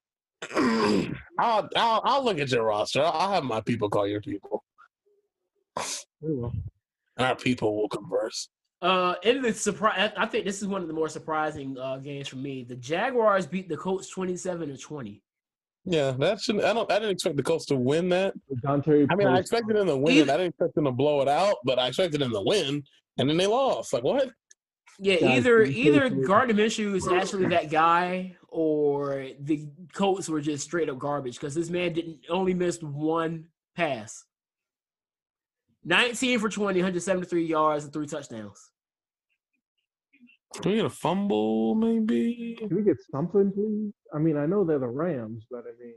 D: (clears throat) I'll, I'll I'll look at your roster. I'll, I'll have my people call your people,
C: Very well.
D: and our people will converse.
A: Uh, and the surprise, I think this is one of the more surprising uh, games for me. The Jaguars beat the Colts 27 to 20.
D: Yeah, that shouldn't. I don't. I didn't expect the Colts to win that.
C: Don Terry.
D: I mean, I
C: plays-
D: expected them to win. I didn't expect them to blow it out, but I expected them to win, and then they lost. Like what?
A: Yeah,
C: Yeah,
A: either
C: it's- it's
A: either
C: pretty-
A: Gardner Minshew is actually that guy, or the Colts were just straight up garbage because this man didn't only missed one pass. 19 for 20, 173 yards and three touchdowns.
D: Do we get a fumble? Maybe.
C: Can we get something, please? I mean, I know they're the Rams, but I mean,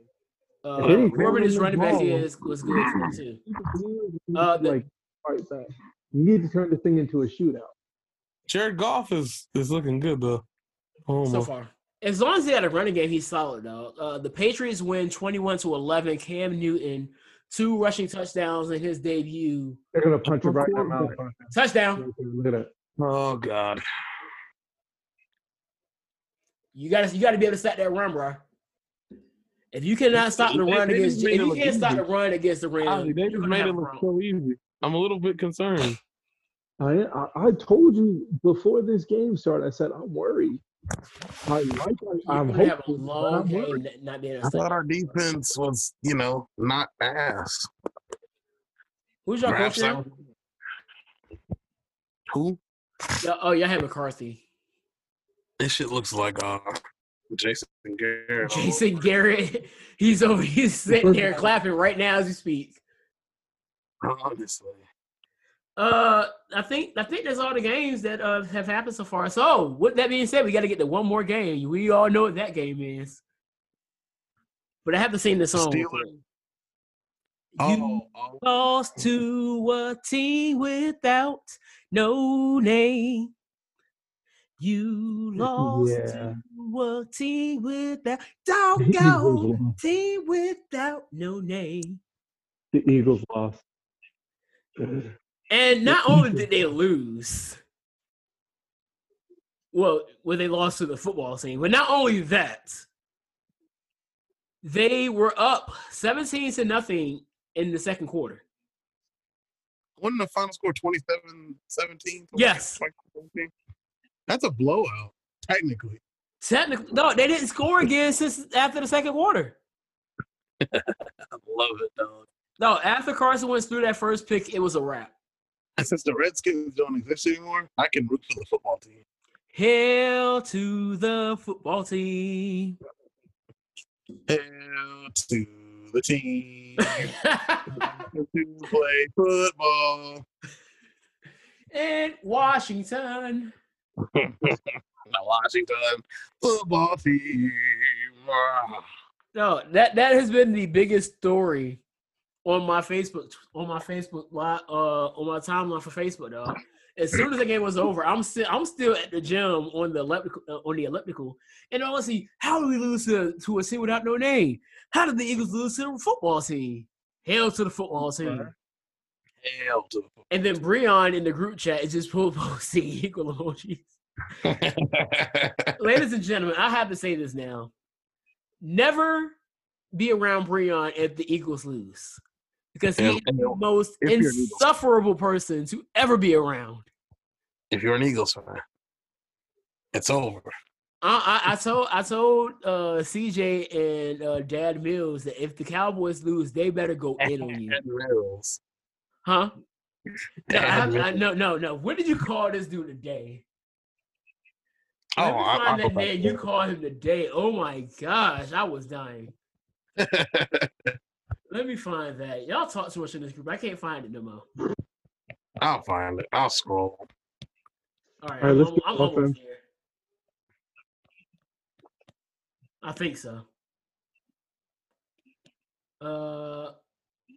A: Uh,
C: Hey,
A: whoever
C: Gardner
A: this running back
C: Minshew.
A: is was good for them too.
C: you need
A: Uh,
C: to,
A: the-
C: like fight back. You need to turn this thing into a shootout.
D: Jared Goff is is looking good though. Oh
A: so far. As long as he had a running game, he's solid though. Uh, the Patriots win 21 to 11. Cam Newton, two rushing touchdowns in his debut.
C: They're gonna punch it right in the
D: course.
C: mouth.
A: Touchdown.
C: Look at that.
D: Oh God.
A: You gotta you gotta be able to stop that run, bro. If you cannot stop the
D: They-
A: run
D: they
A: against
D: just
A: if
D: made it
A: you
D: look
A: can't stop
D: easy.
A: the run against the rim,
D: Ozzie, they
A: you're
D: just
A: gonna
D: made
A: have a
D: it look
A: problem.
D: so easy. I'm a little bit concerned.
C: I, I I told you before this game started. I said I'm worried. I like. I,
A: You're
C: I'm
A: gonna have a
C: hopeful, but
A: long
C: I'm
A: game
C: worried.
A: not- not being able
D: I
A: to
D: thought
A: stop.
D: our defense was, you know, not ass.
A: Who's your coach
D: Perhaps
A: now?
D: Who?
A: Y'all- Oh, y'all have McCarthy.
D: This shit looks like uh Jason Garrett.
A: Jason Garrett, (laughs) he's over he's sitting there clapping right now as we speak.
D: Honestly.
A: Uh I think I think that's all the games that uh, have happened so far. So with that being said, we gotta get to one more game. We all know what that game is. But I have to sing the song. real
D: Steelers.
A: quick. You-
D: Oh, oh,
A: lost to a team without no name. You lost
C: Yeah.
A: to a team without
C: The
A: doggone
C: (laughs) Eagles lost.
A: team without no name.
C: The Eagles lost.
A: And
D: (laughs)
A: not only did they lose, well, when they lost to the football team, but not only that, they were up 17 to nothing in the second quarter.
D: wasn't the final score 27 17?
A: Yes.
D: That's a blowout, technically.
A: Technically, no, they didn't score again since after the second quarter.
D: I (laughs) love it, dog.
A: No, after Carson went through that first pick, it was a wrap.
D: Since the Redskins don't exist anymore, I can root for the football team.
A: Hail to the football team. (laughs)
D: Hell to
A: (laughs)
D: the team
A: and
D: to play football.
A: Washington.
D: the Washington football team. Ah,
A: No, that that has been the biggest story on my Facebook on my Facebook li- uh on my timeline for Facebook dog. As soon as the game was over, I'm still I'm still at the gym on the elliptical uh, on the elliptical, and I see how do we lose to, to a team without no name? How did the Eagles lose to the football team? Hail to the football team!
D: Hell to the football
A: And then Breon in the group chat is just (laughs) full posting equal
D: (laughs)
A: emojis. Ladies and gentlemen, I have to say this now. Never be around Breon if the Eagles lose. Because he
D: And-
A: is the most
D: if you're an Eagles-
A: insufferable person to ever be around.
F: if you're an Eagles fan. It's over.
A: I, I, I told I told uh, CJ and uh, Dad Mills that if the Cowboys lose, they better go in on you,
F: Dad Mills.
A: huh? No, I,
F: Dad
A: I-
F: Mills.
A: no, no, no. What did you call this dude today?
F: Oh,
A: Let me
F: I-
A: find
F: I'll
A: that
F: go back
A: man
F: to
A: you
F: that.
A: call him today. Oh my gosh, I was
F: (laughs)
A: dying. Let me find that. Y'all talk too much in this group. I can't find it no more.
F: I'll find it. I'll scroll.
A: All right,
C: All right,
A: I'm,
C: let's
A: almo-
C: do
A: I'm almost
C: offense.
A: there. I think so. Uh,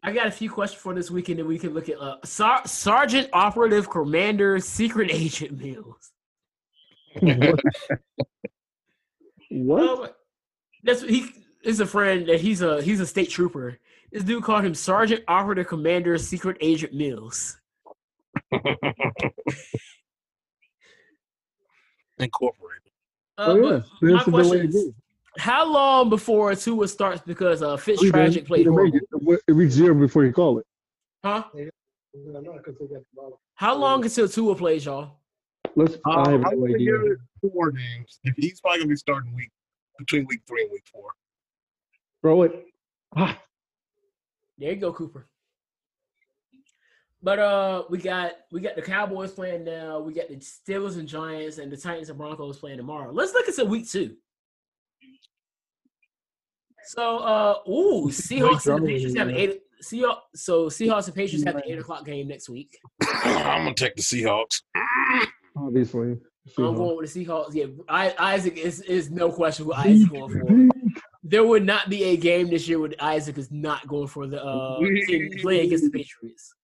A: I got a few questions for this weekend, and we can look at uh, Sar- Sergeant Operative Commander Secret (laughs) Agent Mills.
C: what? Uh, what?
A: Um, that's he is a friend that he's a he's a state trooper. This dude called him Sergeant Operative Commander Secret Agent Mills.
F: Incorporated.
A: Uh,
C: Oh,
A: but
C: yeah. That's
A: my
C: the way
A: question is,
C: it is.
A: how long before Tua starts because uh, Fitz
C: Either-
A: Tragic played
C: either way,
A: horrible?
C: it- It reads zero before you call it.
A: Huh? How long until Tua plays, y'all?
C: Let's.
A: Uh,
C: I have
F: Um, I'm
C: no
F: gonna
C: idea.
F: give it four games. He's probably gonna be starting week between week three and week four.
C: Throw it. Ah,
A: There you go, Cooper. But uh, we got we got the Cowboys playing now. We got the Steelers and Giants, and the Titans and Broncos playing tomorrow. Let's look at some week two. So, uh,
C: (laughs)
A: ooh, Seahawks and the
C: drama
A: Patriots
C: in
A: have an
C: there.
A: eight. Seahawks, so Seahawks and Patriots have the eight o'clock game next week.
F: I'm gonna take the Seahawks.
C: obviously.
A: I'm going with the Seahawks. Yeah, I, Isaac is is no question who Isaac's going for. there would not be a game this year with Isaac is not going for the uh, team playing against the Patriots.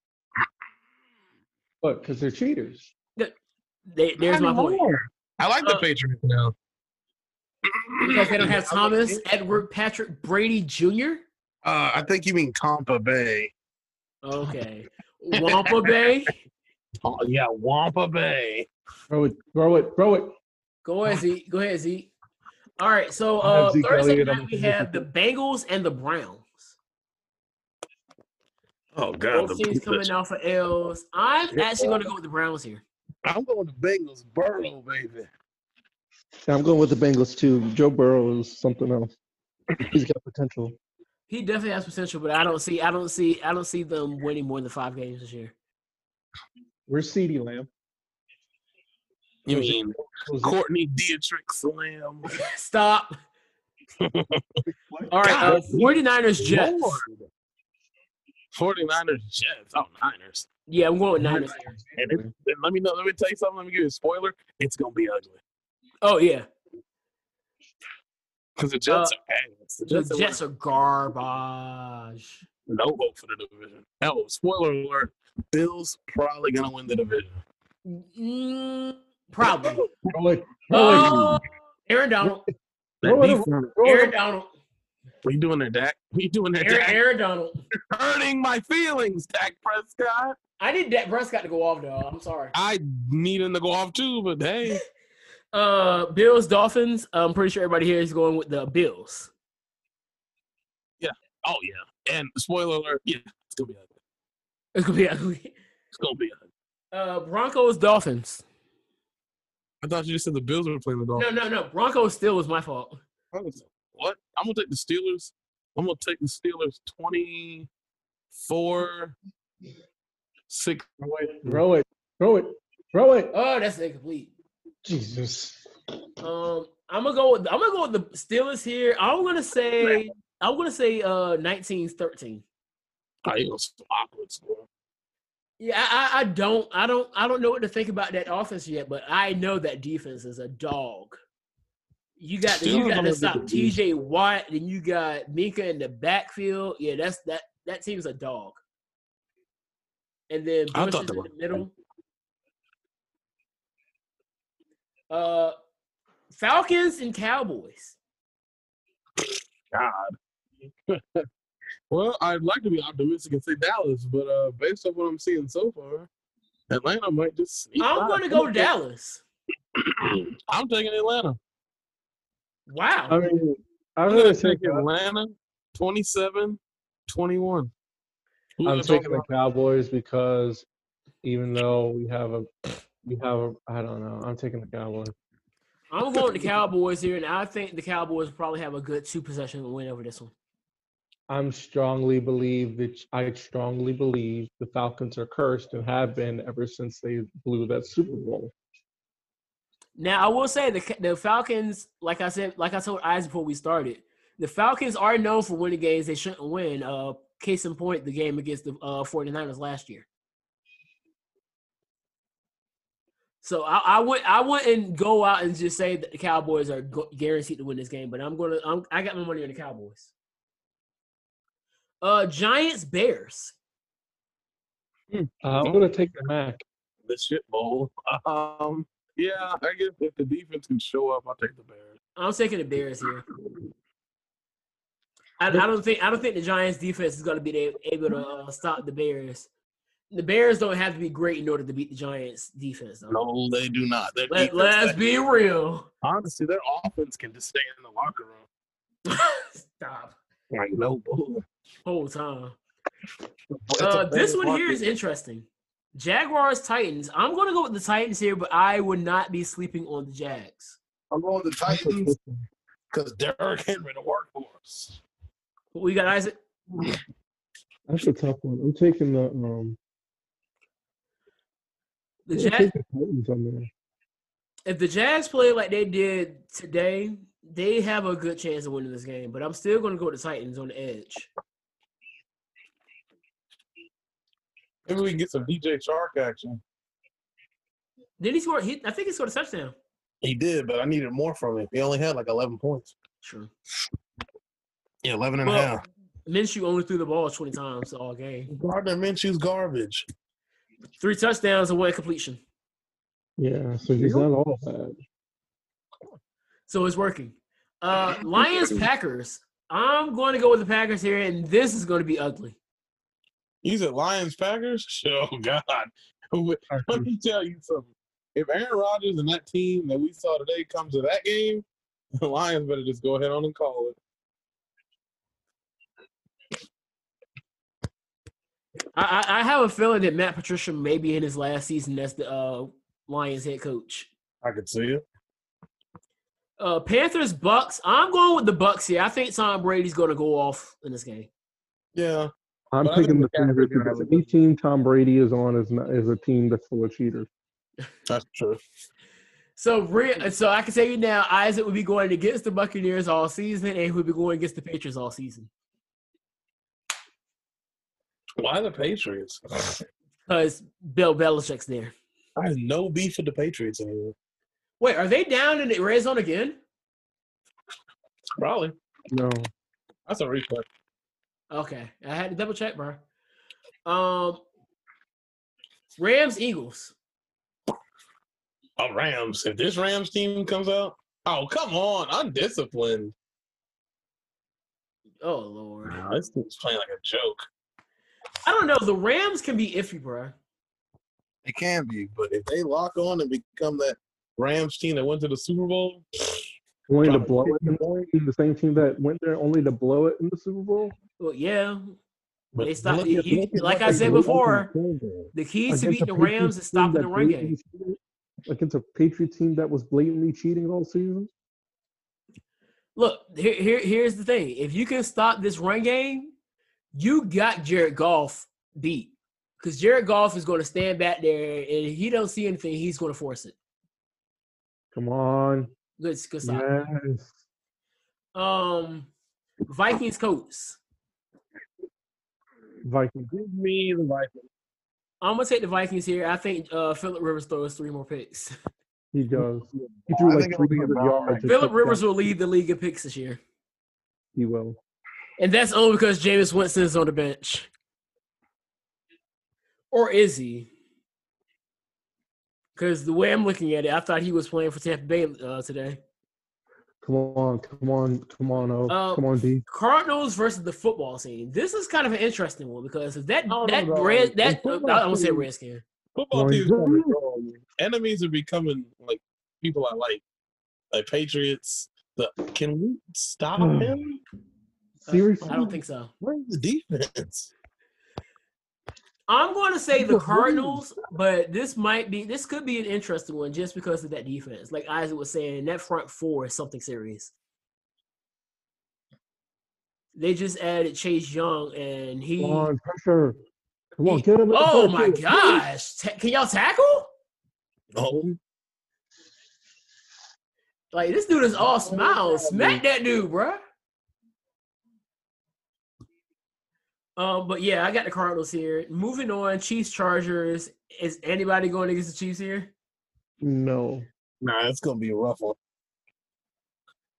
C: But because they're cheaters.
A: They, there's my point.
F: I like the
A: Uh,
F: Patriots now.
A: Because they don't have Thomas, Edward, Patrick, Brady Jr.
F: Uh, I think you mean Tampa Bay.
C: (laughs)
A: Okay. Wampa Bay.
F: Oh, yeah, Wampa Bay.
C: Throw it. Throw it. Throw it.
A: Go ahead, Zeke. Go ahead, Zeke. All right. So
C: I have
A: uh,
C: Zeke
A: Thursday
C: Elliott on
A: night
C: my
A: we have the Bengals and the Browns.
F: Oh God,
A: Both
F: the,
A: teams coming
F: the-
A: out for L's. I'm
F: Yeah.
A: actually going to go with the Browns here.
F: I'm going to Bengals Burrow, baby.
C: Yeah, I'm going with the Bengals too. Joe Burrow is something else. He's got potential.
A: He definitely has potential, but I don't see, I don't see, I don't see them winning more than five games this year.
C: Where's CeeDee Lamb?
F: You mean Courtney Dietrich Lamb?
A: Stop. All right,
F: God.
A: uh, 49ers Jets.
F: Lord. 49ers Jets. Oh, Niners.
A: Yeah, I'm going with Niners. here.
F: And, it, and let me know. Let me tell you something. Let me give you a spoiler. It's gonna be ugly
A: Oh yeah,
F: because the Jets are ass. The
A: the
F: Jets, are
A: Jets are garbage.
F: no hope for the division. Hell, spoiler alert. Bills probably gonna win the division.
A: Mm, (laughs) probably.
C: Throw it. Throw
A: Oh, Aaron (laughs) Donald.
F: That
C: Throw it
F: defense,
A: Aaron Donald.
F: what you doing there, Dak? What you doing there,
A: Aaron,
F: Dak?
A: Aaron Donald.
F: Hurting my feelings, Dak Prescott.
A: I need Dak Prescott to go off though. I'm sorry.
F: I need him to go off too, but hey,
A: Uh, Bills Dolphins. I'm pretty sure everybody here is going with the Bills.
F: oh yeah. And spoiler alert, yeah, it's gonna be ugly.
A: It's gonna be ugly.
F: It's gonna be ugly.
A: Uh, Broncos Dolphins.
F: I thought you just said the Bills were playing the Dolphins.
A: No, no, no. Broncos still was my fault.
F: I was- What? I'm gonna take the Steelers. I'm gonna take the Steelers 24 6
C: it. Throw it. Throw it. Throw it.
A: Oh, that's incomplete.
C: Jesus.
A: Um, I'm gonna go with I'm gonna go with the Steelers here. I'm gonna say I'm gonna say uh 1913.
F: Oh, you gonna swap with score.
A: Yeah, I, I- I don't I don't I don't know what to think about that offense yet, but I know that defense is a dog. You got to, you
F: Steelers
A: got
F: gonna
A: to
F: get
A: stop
F: the beat.
A: T.J. Watt, then you got Minka in the backfield. Yeah, that's that that team's a dog. And then
F: I
A: Bush
F: thought
A: is
F: they
A: in
F: were-
A: the middle. Uh, Falcons and Cowboys.
F: Well, I'd like to be optimistic and say Dallas, but uh, based on what I'm seeing so far, Atlanta might just. sneak by.
A: I'm going to go
F: taking-
A: Dallas.
F: I'm taking Atlanta.
A: Wow.
C: I mean, I
F: I'm
C: really
F: gonna take
C: think I'm
F: Atlanta 27 21.
C: taking the Cowboys because even though we have a You have, I don't know. I'm taking the Cowboys.
A: I'm going to Cowboys here, and I think the Cowboys probably have a good two possession win over this one.
C: I'm strongly believe that I strongly believe the Falcons are cursed and have been ever since they blew that Super Bowl.
A: Now I will say the the Falcons, like I said, like I told Eyes before we started, the Falcons are known for winning games they shouldn't win. Uh, case in point, the game against the uh, 49ers last year. So I, I would I wouldn't go out and just say that the Cowboys are gu- guaranteed to win this game, but I'm gonna I'm, I got my money on the Cowboys. Uh, Giants Bears.
C: Uh, I'm gonna take the Mac.
F: The shit bowl. (laughs) Um, yeah, I guess if the defense can show up, I'll take the Bears.
A: I'm taking the Bears here. I, I don't think I don't think the Giants defense is going to be a- able to uh, stop the Bears. The Bears don't have to be great in order to beat the Giants defense. Though.
F: No, they do not. Their
A: Let,
F: defense-
A: let's be real. (laughs)
F: honestly, their offense can just stay in the locker room.
A: Stop.
F: Like no (laughs) bull.
A: Whole time.
D: It's a
A: Uh, this
D: bad
A: one here
D: market.
A: is interesting. Jaguars Titans. I'm going to go with the Titans here, but I would not be sleeping on the Jags.
B: I'm going to Titans
F: Because Derrick Henry, the workhorse.
A: We got Isaac.
C: That's a tough one. I'm taking the um.
A: The
C: I'm
A: Jags.
C: taking the Titans on there.
A: if the Jags play like they did today, they have a good chance of winning this game. But I'm still going to go with the Titans on the edge.
F: Maybe we can get some DJ Shark action.
A: Did he score? He, I think he scored a touchdown.
F: He did, but I needed more from him. He only had like 11 points.
A: True.
F: Yeah, 11 and a
A: Well,
F: half.
A: Minshew only threw the ball 20 times all game.
F: Gardner Minshew's garbage.
A: Three touchdowns and one completion.
C: Yeah, so he's not all bad.
A: So it's working. Uh, Lions Packers. I'm going to go with the Packers here, and this is going to be ugly.
F: You said Lions Packers? (laughs) Oh God. Let me tell you something. If Aaron Rodgers and that team that we saw today comes to that game, (laughs) the Lions better just go ahead on and call it.
A: I, I, I have a feeling that Matt Patricia may be in his last season as the uh, Lions head coach.
F: I could see it.
A: Uh, Panthers Bucks. I'm going with the Bucks here. I think Tom Brady's going to go off in this game.
F: Yeah.
C: I'm
F: But I
C: taking the
F: think McCaffrey
C: Panthers
F: doing
C: because
F: everything.
C: any team Tom Brady is on is not, is a team that's full of cheaters.
F: That's true.
A: So, re- so I can tell you now, Isaac will be going against the Buccaneers all season, and he'll be going against the Patriots all season
F: Why the Patriots? (sighs)
A: because Bill Belichick's there.
F: I have no beef with the Patriots anymore.
A: Wait, are they down in the red zone again?
F: Probably.
C: No,
F: That's a replay.
A: Okay, I had to double check, bro. Um, Rams Eagles.
F: Oh, Rams. If this Rams team comes out, oh come on, undisciplined.
A: Oh lord,
F: Wow, this team's playing like a joke.
A: I don't know. The Rams can be iffy, bro.
F: It can be, but if they lock on and become that Rams team that went to the Super Bowl,
C: only to
F: Probably.
C: blow it. in The the same team that went there only to blow it in the Super Bowl.
A: Well, yeah,
F: but
A: They stopped-
F: look
A: you-
F: at-
A: you-
F: look at
A: like
F: what
A: I
F: they
A: said
F: did with
A: before,
F: the Super Bowl.
A: the keys to
C: against
A: beat
C: a
A: the
C: Patriots
A: Rams is
C: team
A: stopping
C: that
A: the run game.
C: blatantly cheated- Against a Patriot team that was blatantly cheating all season.
A: Look, here, here, here's the thing. If you can stop this run game, you got Jared Goff beat. Because Jared Goff is going to stand back there, and if he don't see anything, he's going to force it.
C: Come on.
A: Good, good stop.
C: Yes.
A: Um, Vikings Colts.
C: Vikings.
F: Give me the Vikings.
A: I'm gonna take the Vikings here. I think uh, Philip Rivers throws three more picks. (laughs)
C: He does. He
D: I
C: threw
D: think
C: like
D: it'll be
C: 300
D: about
C: yards.
D: right.
C: and
A: Philip
C: touchdowns.
A: Rivers will lead the league in picks this year,
C: He will.
A: and that's only because Jameis Winston is on the bench, or is he? Because the way I'm looking at it, I thought he was playing for Tampa Bay uh, today.
C: Come on. Come on. Come on. Oh.
A: Uh,
C: come on, D.
A: Cardinals versus the football team. This is kind of an interesting one because if that
F: Oh, no,
A: that
F: no.
A: red
F: The
A: that uh,
F: football
A: I almost say
F: team-
A: redskin.
F: Football
C: Going
F: teams
C: down.
A: Uh,
F: going down. (laughs) enemies are becoming like people I like, like Patriots. The, can we stop him?
A: Uh,
C: Seriously.
A: I don't think so.
F: Where's the defense?
A: I'm going to say the
C: Look, what do you-
A: Cardinals, but this might be this could be an interesting one just because of that defense. Like Isaac was saying, that front four is something serious. They just added Chase Young, and he.
C: Come on, pressure. Come on,
A: he-
C: get him.
A: oh my
C: (laughs)
A: gosh! Ta- can y'all tackle?
D: Oh,
A: Like this dude is all smiles. Smack that dude, bruh. Um, but yeah, I got the Cardinals here. Moving on, Chiefs Chargers. Is anybody going against the Chiefs here?
C: No.
D: nah, it's gonna be a rough one.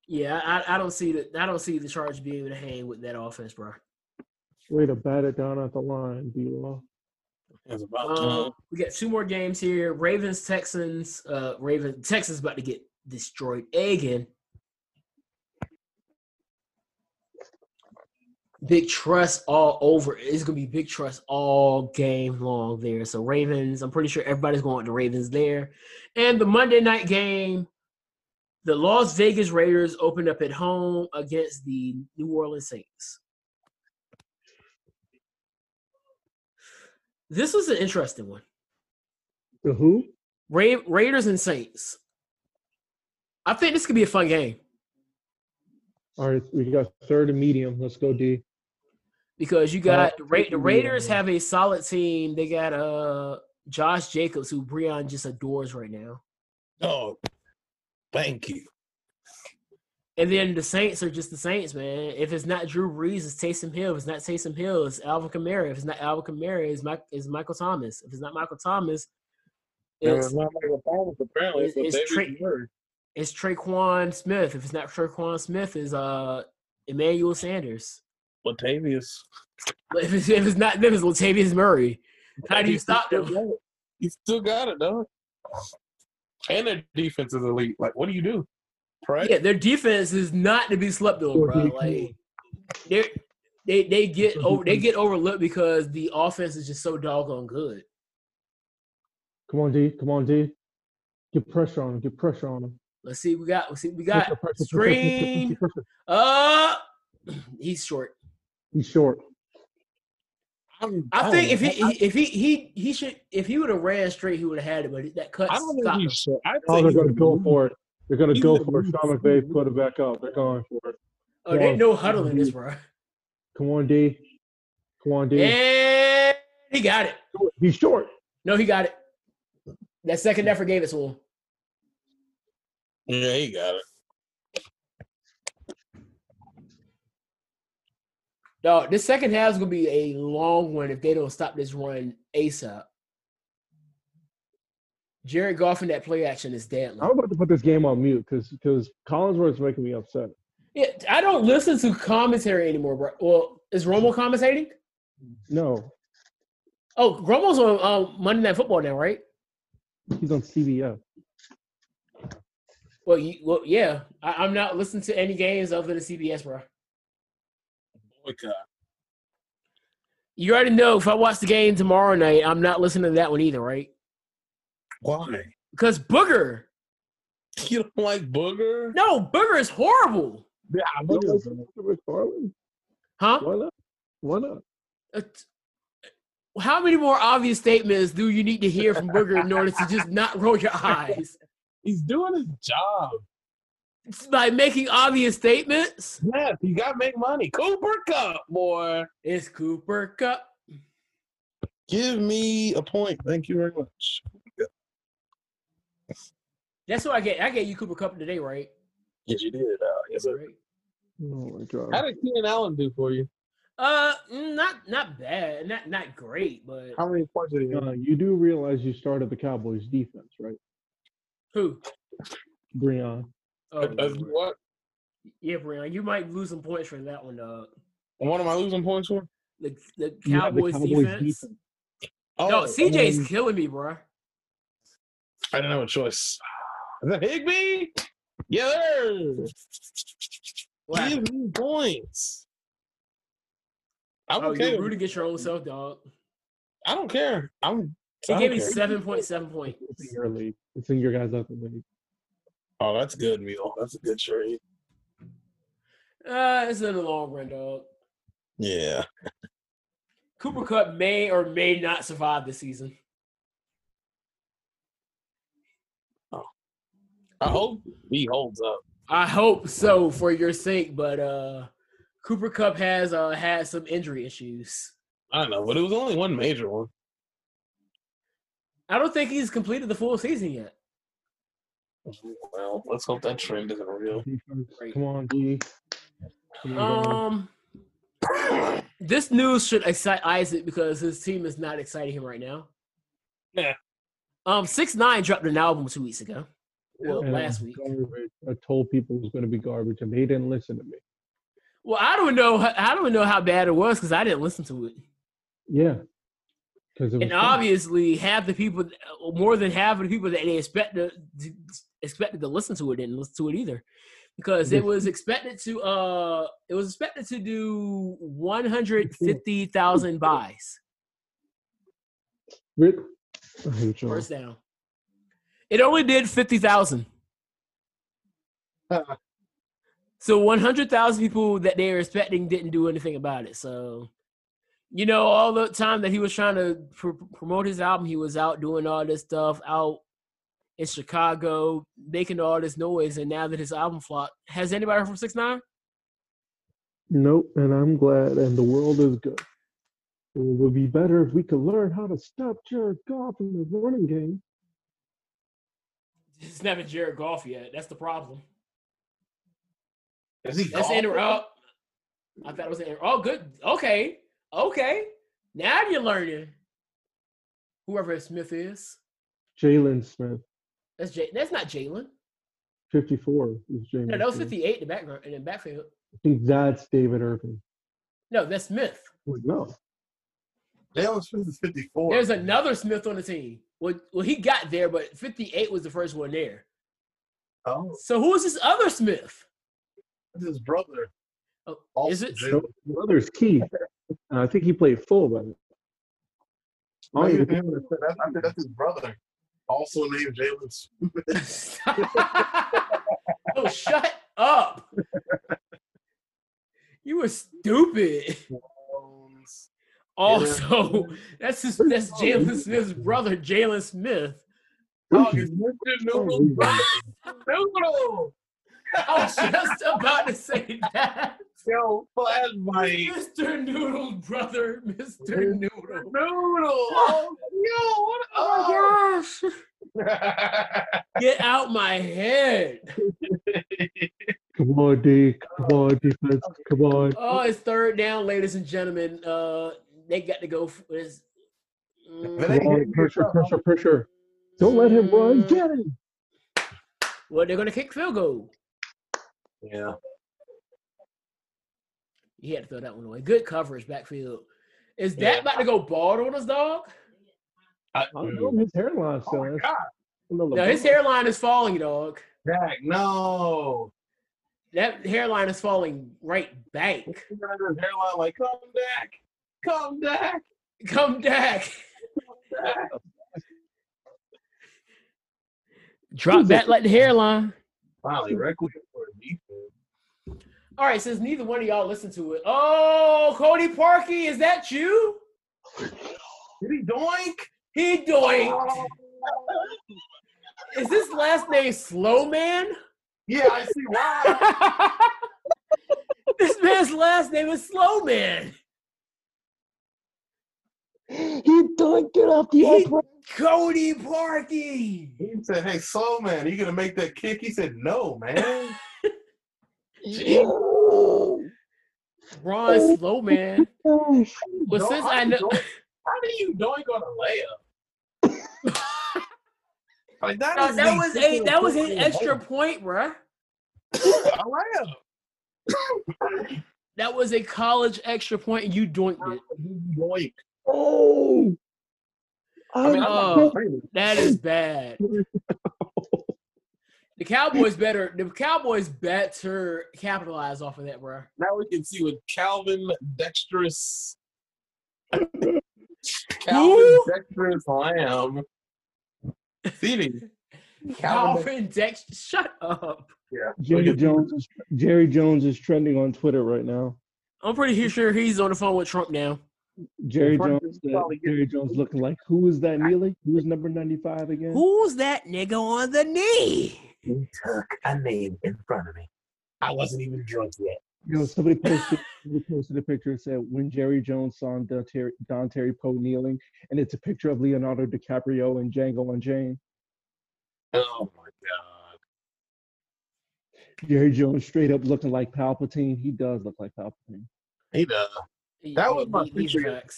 A: Yeah, I, I don't see the I don't see the Chargers being able to hang with that offense, bro.
C: Way to bat it down at the line, D Law.
D: It's about
F: Uh-huh.
D: time.
A: Um, we got two more games here. Ravens Texans. Uh, Raven Texans about to get destroyed again. Big trust all over. It's gonna be big trust all game long there. So Ravens. I'm pretty sure everybody's going with the Ravens there. And the Monday night game. The Las Vegas Raiders opened up at home against the New Orleans Saints. This was an interesting one.
C: The who?
A: Ra- Raiders and Saints. I think this could be a fun game
C: All right, we got third and medium. Let's go D.
A: because you got
C: Uh,
A: the, Ra- the
C: yeah.
A: Raiders have a solid team. They got uh Josh Jacobs, who Breon just adores right now,
D: Oh, thank you.
A: and then the Saints are just the Saints, man. If it's not Drew Brees, it's Taysom Hill. If it's not Taysom Hill, it's Alvin Kamara. If it's not Alvin Kamara, it's Mike, it's Michael Thomas. If it's not Michael Thomas, it's
F: It's not like a problem, apparently.
A: It's- it's
F: It's, it's, it's
A: trick- it's Traquan Smith. If it's not Traquan Smith, is uh Emmanuel Sanders.
F: Latavius.
A: But if it's, if it's not them, it's Latavius Murray. How do you stop
F: still
A: them?
F: got it. You still got it, though. And their defense is elite. Like, what do you do? Pray?
A: Yeah, their defense is not to be slept on, bro. Like they they they get over they get overlooked because the offense is just so doggone good.
C: Come on, D. Come on, D. Get pressure on him. Get pressure on him.
A: Let's see, what we got let's see, what we
C: Pressure,
A: got
C: pressure, pressure, pressure,
A: screen
C: pressure, pressure.
A: up. (clears throat) He's short.
C: He's short.
D: I'm,
A: I
F: Oh,
D: don't
A: think if
D: know.
A: he, he if he he he should if he would have ran straight, he would have had it. But that cut
F: I don't think
A: stopped him.
F: he's sure. I think
C: Oh, they're
F: he's
C: going to go
F: elite.
C: for it. They're going to
F: He's
C: go
F: a
C: for it. Sean McVay put it back up. They're going for it.
A: Oh, there's no huddle in this,
C: Mhm.
A: bro.
C: Come on, D. Come on, D.
A: And he got it.
C: He's short.
A: No, he got it. That second effort gave it to him.
F: Yeah, he got it.
A: Dog, this second half is gonna be a long one if they don't stop this run ASAP. Jared Goff in that play action is deadly.
C: I'm about to put this game on mute because because Collinsworth's making me upset.
A: Yeah, I don't listen to commentary anymore, bro. Well, is Romo commentating?
C: No,
A: Oh, Romo's on um, Monday Night Football now, right?
C: he's on CBS.
A: Well, you, well, yeah. I, I'm not listening to any games other than CBS, bro.
F: Boycott.
A: You already know if I watch the game tomorrow night, I'm not listening to that one either, right?
F: Why? (laughs)
A: Because Booger,
F: You don't like Booger?
A: no, Booger is horrible,
F: Yeah, I
C: Why
F: know.
A: huh?
C: not? Why not?
A: Uh, How many more obvious statements do you need to hear from Booger in order to just not roll your eyes?
F: He's doing his job.
A: It's By making obvious statements,
F: Yes, he got to make money. Cooper Cup, boy.
A: it's Cooper Cup.
F: Give me a point. Thank you very much.
A: That's what I get. I get you Cooper Cup today, right?
F: Yes, you did. Uh, yes, sir.
A: Right.
C: Oh my
F: How
C: god!
F: did Keenan Allen do for you?
A: Uh, not not bad, not not great, but
F: How many points did he get?
C: Uh, you do realize you started the Cowboys defense, right,
A: who?
C: Breon?
A: Oh,
F: Uh, uh, what?
A: yeah, Brian, you might lose some points for that one, dog.
F: And What am I losing points for?
A: The the
C: You had the
A: Cowboys, defense.
F: Oh,
A: No, CJ's
F: um,
A: killing me, bro.
F: I didn't have a choice. (sighs) Is that Higby? Yeah, there.
A: Wow.
F: Give me points. I'm
A: Oh,
F: okay.
A: you're
F: with-
A: rude against your own self, dog.
F: I don't care. I'm.
A: He
F: I
A: gave
F: don't
A: me
F: care.
A: seven point seven points.
C: It's in your league. It's in your guys' other league.
F: Oh, that's good, meal. That's a good trade.
A: Ah, Uh, it's in the long run, dog.
F: Yeah.
A: Cooper Cup may or may not survive this season.
F: I hope he holds up.
A: I hope so for your sake, but uh Cooper Cup has uh had some injury issues.
F: I don't know, but it was only one major one.
A: I don't think he's completed the full season yet.
F: Well, let's hope that trend isn't real.
C: Come on, D. Come on, guys.
A: Um this news should excite Isaac because his team is not exciting him right now.
F: Yeah.
A: Um six nine dropped an album two weeks ago. Well,
C: And
A: Oh, last week.
C: garbage. I told people it was going to be garbage, and they didn't listen to me.
A: Well, I don't know. I don't know how bad it was because I didn't listen to it.
C: Yeah, because it was
A: And
C: trash.
A: obviously, half the people, more than half of the people that they expect to, expected to listen to it didn't listen to it either, because it was expected to uh, it was expected to do one hundred fifty thousand buys.
C: Rip. I hate y'all.
A: First down. It only did fifty thousand. so one hundred thousand people that they were expecting didn't do anything about it. So, you know, all the time that he was trying to pr- promote his album, he was out doing all this stuff out in Chicago, making all this noise. And now that his album flopped, has anybody heard from Six Nine?
C: Nope, and I'm glad, and the world is good. It would be better if we could learn how to stop Jared Goff in the running game.
A: It's never Jared Goff yet. That's the problem.
F: Is he
A: That's
F: golfing?
A: interrupt. I thought it was an Oh, good. Okay. Okay. Now you're learning. Whoever Smith is.
C: Jalen Smith,
A: That's Jay. That's not Jalen.
C: 54 is Jalen.
A: No, that was
C: Smith.
A: 58 in the background in the backfield.
C: I think that's David Irving.
A: No, that's Smith.
C: Wait, no,
B: Jalen Smith is 54.
A: There's another Smith on the team. Well, well, he got there, but 58 was the first one there.
B: oh,
A: So who is this other Smith?
B: that's his brother.
A: Oh,
B: Also
A: is it?
B: Jalen.
C: the other's Keith. and I think he played full, but
B: No,
C: Oh,
B: you
C: yeah.
B: didn't even say that. I think that's his brother. Also named Jalen Smith.
A: (laughs) oh, shut up! You were stupid.
B: Jones.
A: Also, that's his, that's Jalen Smith's brother, Jalen Smith.
F: Oh, is Mr. Noodle's brother?
A: Oh,
F: Noodle!
A: I was just about to say that.
F: Yo, flashlight.
A: Mr. Noodle, brother, Mr. Noodle. (laughs)
F: Noodle! Oh, yo, what
A: Oh my gosh!
F: gosh!
A: Get out my head!
C: come on, D, come on, defense, come on.
A: Oh, it's third down, ladies and gentlemen. Uh, they got to go. For, Mm. it's,
B: That
C: Come
B: ain't
C: on,
B: hitting
C: pressure,
B: yourself.
C: pressure, pressure. Don't let him
A: Mm.
C: run. Get him.
A: well, they're gonna kick field goal.
F: (laughs) yeah.
A: He had to throw that one away. Good coverage, backfield. Is that about to go bald on us, dog?
F: I,
A: Oh,
C: I don't know, Oh, his hairline still.
F: oh my
C: is.
F: God,
A: No, his hairline is falling, dog.
F: Dak, no!
A: That hairline is falling right bank.
F: He's got his hairline like, come Dak! Come Dak!
A: (laughs) Come back. Drop back like the hairline.
F: Finally, requiem for a defense.
A: All right, since neither one of y'all listened to it. Oh, Cody Parkey, is that you?
F: Did he doink?
A: He doinked. Is this last name Slow Man?
B: Yeah, I see why.
A: (laughs) this man's last name is Slow Man.
C: He dunked it off the
A: He-
C: upright.
A: Cody Parkey.
B: He said, "Hey, slow man, are you gonna make that kick?" He said, "No,
A: (laughs)
B: man."
A: Ron Slow Man.
C: Gosh.
A: Well, since I know.
F: How do you doink on a layup? like,
A: (laughs)
F: that,
A: No,
F: is
A: that
F: the
A: was a
F: typical
A: that was an
F: fucking
A: extra point, bruh.
F: layup. A layup.
A: That was a college extra point, and you doinked it.
F: Doink.
C: Oh.
F: I mean, I'm
A: Oh.
F: not complaining.
A: That is bad. The Cowboys better. The Cowboys better capitalize off of that, bruh.
F: Now we can see what Calvin Dexterous. Calvin
A: Who?
F: Dexterous Lamb. Feeding. Calvin.
A: Calvin Dex, shut up.
C: Jerry
F: Look at-
C: Jones. Is, Jerry Jones is trending on Twitter right now.
A: I'm pretty sure he's on the phone with Trump now.
C: Jerry
D: Front
C: Jones.
D: is probably
C: that- Jerry Jones looking like who is that Neely? Who's number ninety five again?
A: Who's that nigga on the knee?
D: He took a name in front of me. I wasn't even drunk yet.
C: Yo, somebody posted somebody posted a picture and said when Jerry Jones saw Don Terry, Don Terry Poe kneeling, and it's a picture of Leonardo DiCaprio and Django Unchained.
D: Oh my god.
C: Jerry Jones straight up looking like Palpatine. He does look like Palpatine.
D: He does.
F: That was my
A: He- he's
F: picture.
A: facts.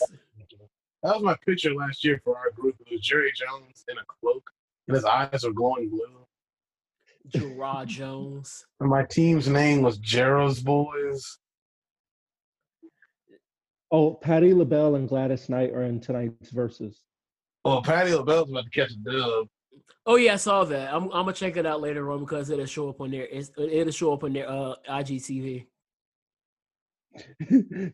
F: That was my picture last year for our group. It was Jerry Jones in a cloak, and his eyes were glowing blue.
A: Gerard Jones.
F: And my team's name was Gerald's Boys.
C: Oh, Patty LaBelle and Gladys Knight are in tonight's verses. (laughs)
F: Well, Patty LaBelle's about to catch a dub.
A: Oh yeah, I saw that. I'm, I'm gonna check it out later on because it'll show up on their it's, it'll show up on their uh, IGTV.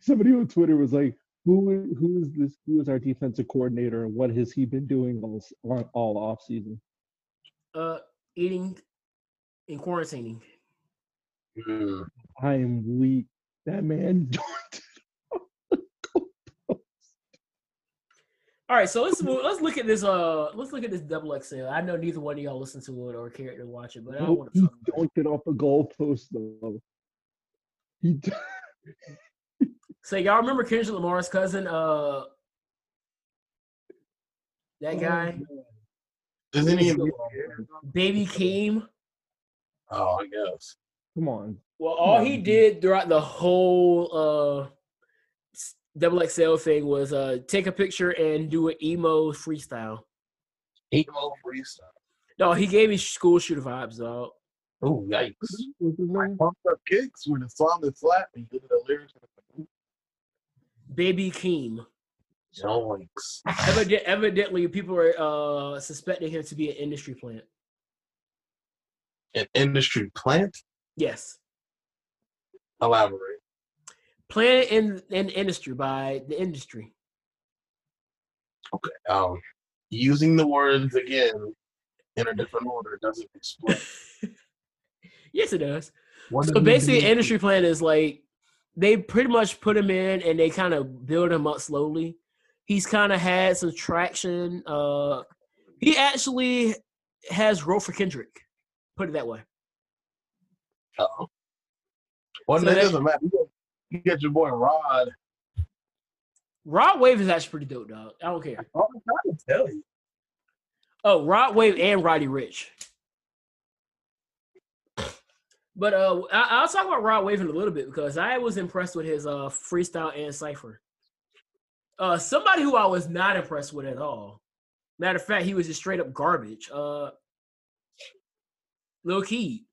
C: Somebody on Twitter was like, "Who who is this? Who is our defensive coordinator? And what has he been doing all s- on- all off season?"
A: Uh, eating and quarantining.
F: Mm.
C: I am weak. That man. (laughs)
A: All right, so let's move, let's look at this. Uh, let's look at this double XL. I know neither one of y'all listen to it or care to watch it, but I want to
C: he
A: talk about it.
C: dunked it off a goalpost though. He d-
A: So y'all remember Kendrick Lamar's cousin? Uh,
C: (laughs)
A: that guy,
F: Does any of
A: Go
F: you?
A: Baby Keem.
F: Oh, I guess.
C: Come on.
A: Well, all he
C: Mhm.
A: did throughout the whole uh s- double XL thing was uh take a picture and do an emo freestyle.
F: Emo freestyle.
A: No, he gave me school shooter vibes, though.
F: Oh, yikes.
C: What's his
F: Like
C: name?
F: pumped up kicks when the song is flat and you look at the lyrics and it's like,
A: Baby Keem.
F: Joinks.
A: Evide- evidently, people are uh, suspecting him to be an industry plant.
F: An industry plant?
A: Yes,
F: Elaborate.
A: plant in in industry by the industry.
F: Um, using the words again in a different order doesn't (laughs) explain.
A: Yes, it does.
F: What
A: So
F: does it
A: basically,
F: mean?
A: industry plant is like they pretty much put him in and they kind of build him up slowly. He's kind of had some traction. Uh, he actually has role for Kendrick. Put it that way.
F: Uh-oh. Well,
A: So
F: that
A: that-
F: doesn't matter. You got- You got your boy Rod.
A: Rod Wave is actually pretty dope, dog. I don't care.
F: Oh, I'm trying to tell you.
A: Oh, Rod Wave and Roddy Rich. But uh, I, I'll talk about Rod Wave in a little bit because I was impressed with his uh, freestyle and cipher. Uh, somebody who I was not impressed with at all. Matter of fact, he was just straight up garbage. Uh, Lil Key,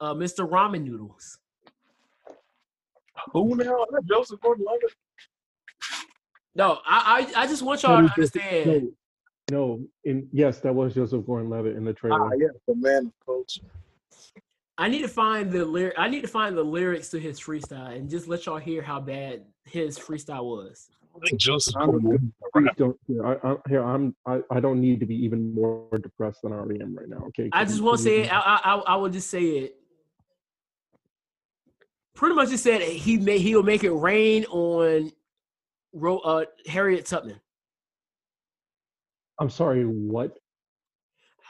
A: uh, Mr. Ramen Noodles.
F: Who now? Is that Joseph Gordon Levitt?
A: No, I, I I just want y'all to understand.
C: No, no, and yes, that was Joseph Gordon-Levitt in the trailer.
F: Ah, yeah, the man of culture.
A: I need to find the lyric. I need to find the lyrics to his freestyle and just let y'all hear how bad his freestyle was.
F: I think Joseph
C: I'm
F: Gordon Levitt.
C: Please don't. Here, I, I, here I'm. I, I don't need to be even more depressed than I already am right now. Okay.
A: I just want to say it. I, I I I will just say it. Pretty much, just said he may he'll make it rain on, Ro, uh, Harriet Tubman.
C: am sorry. What?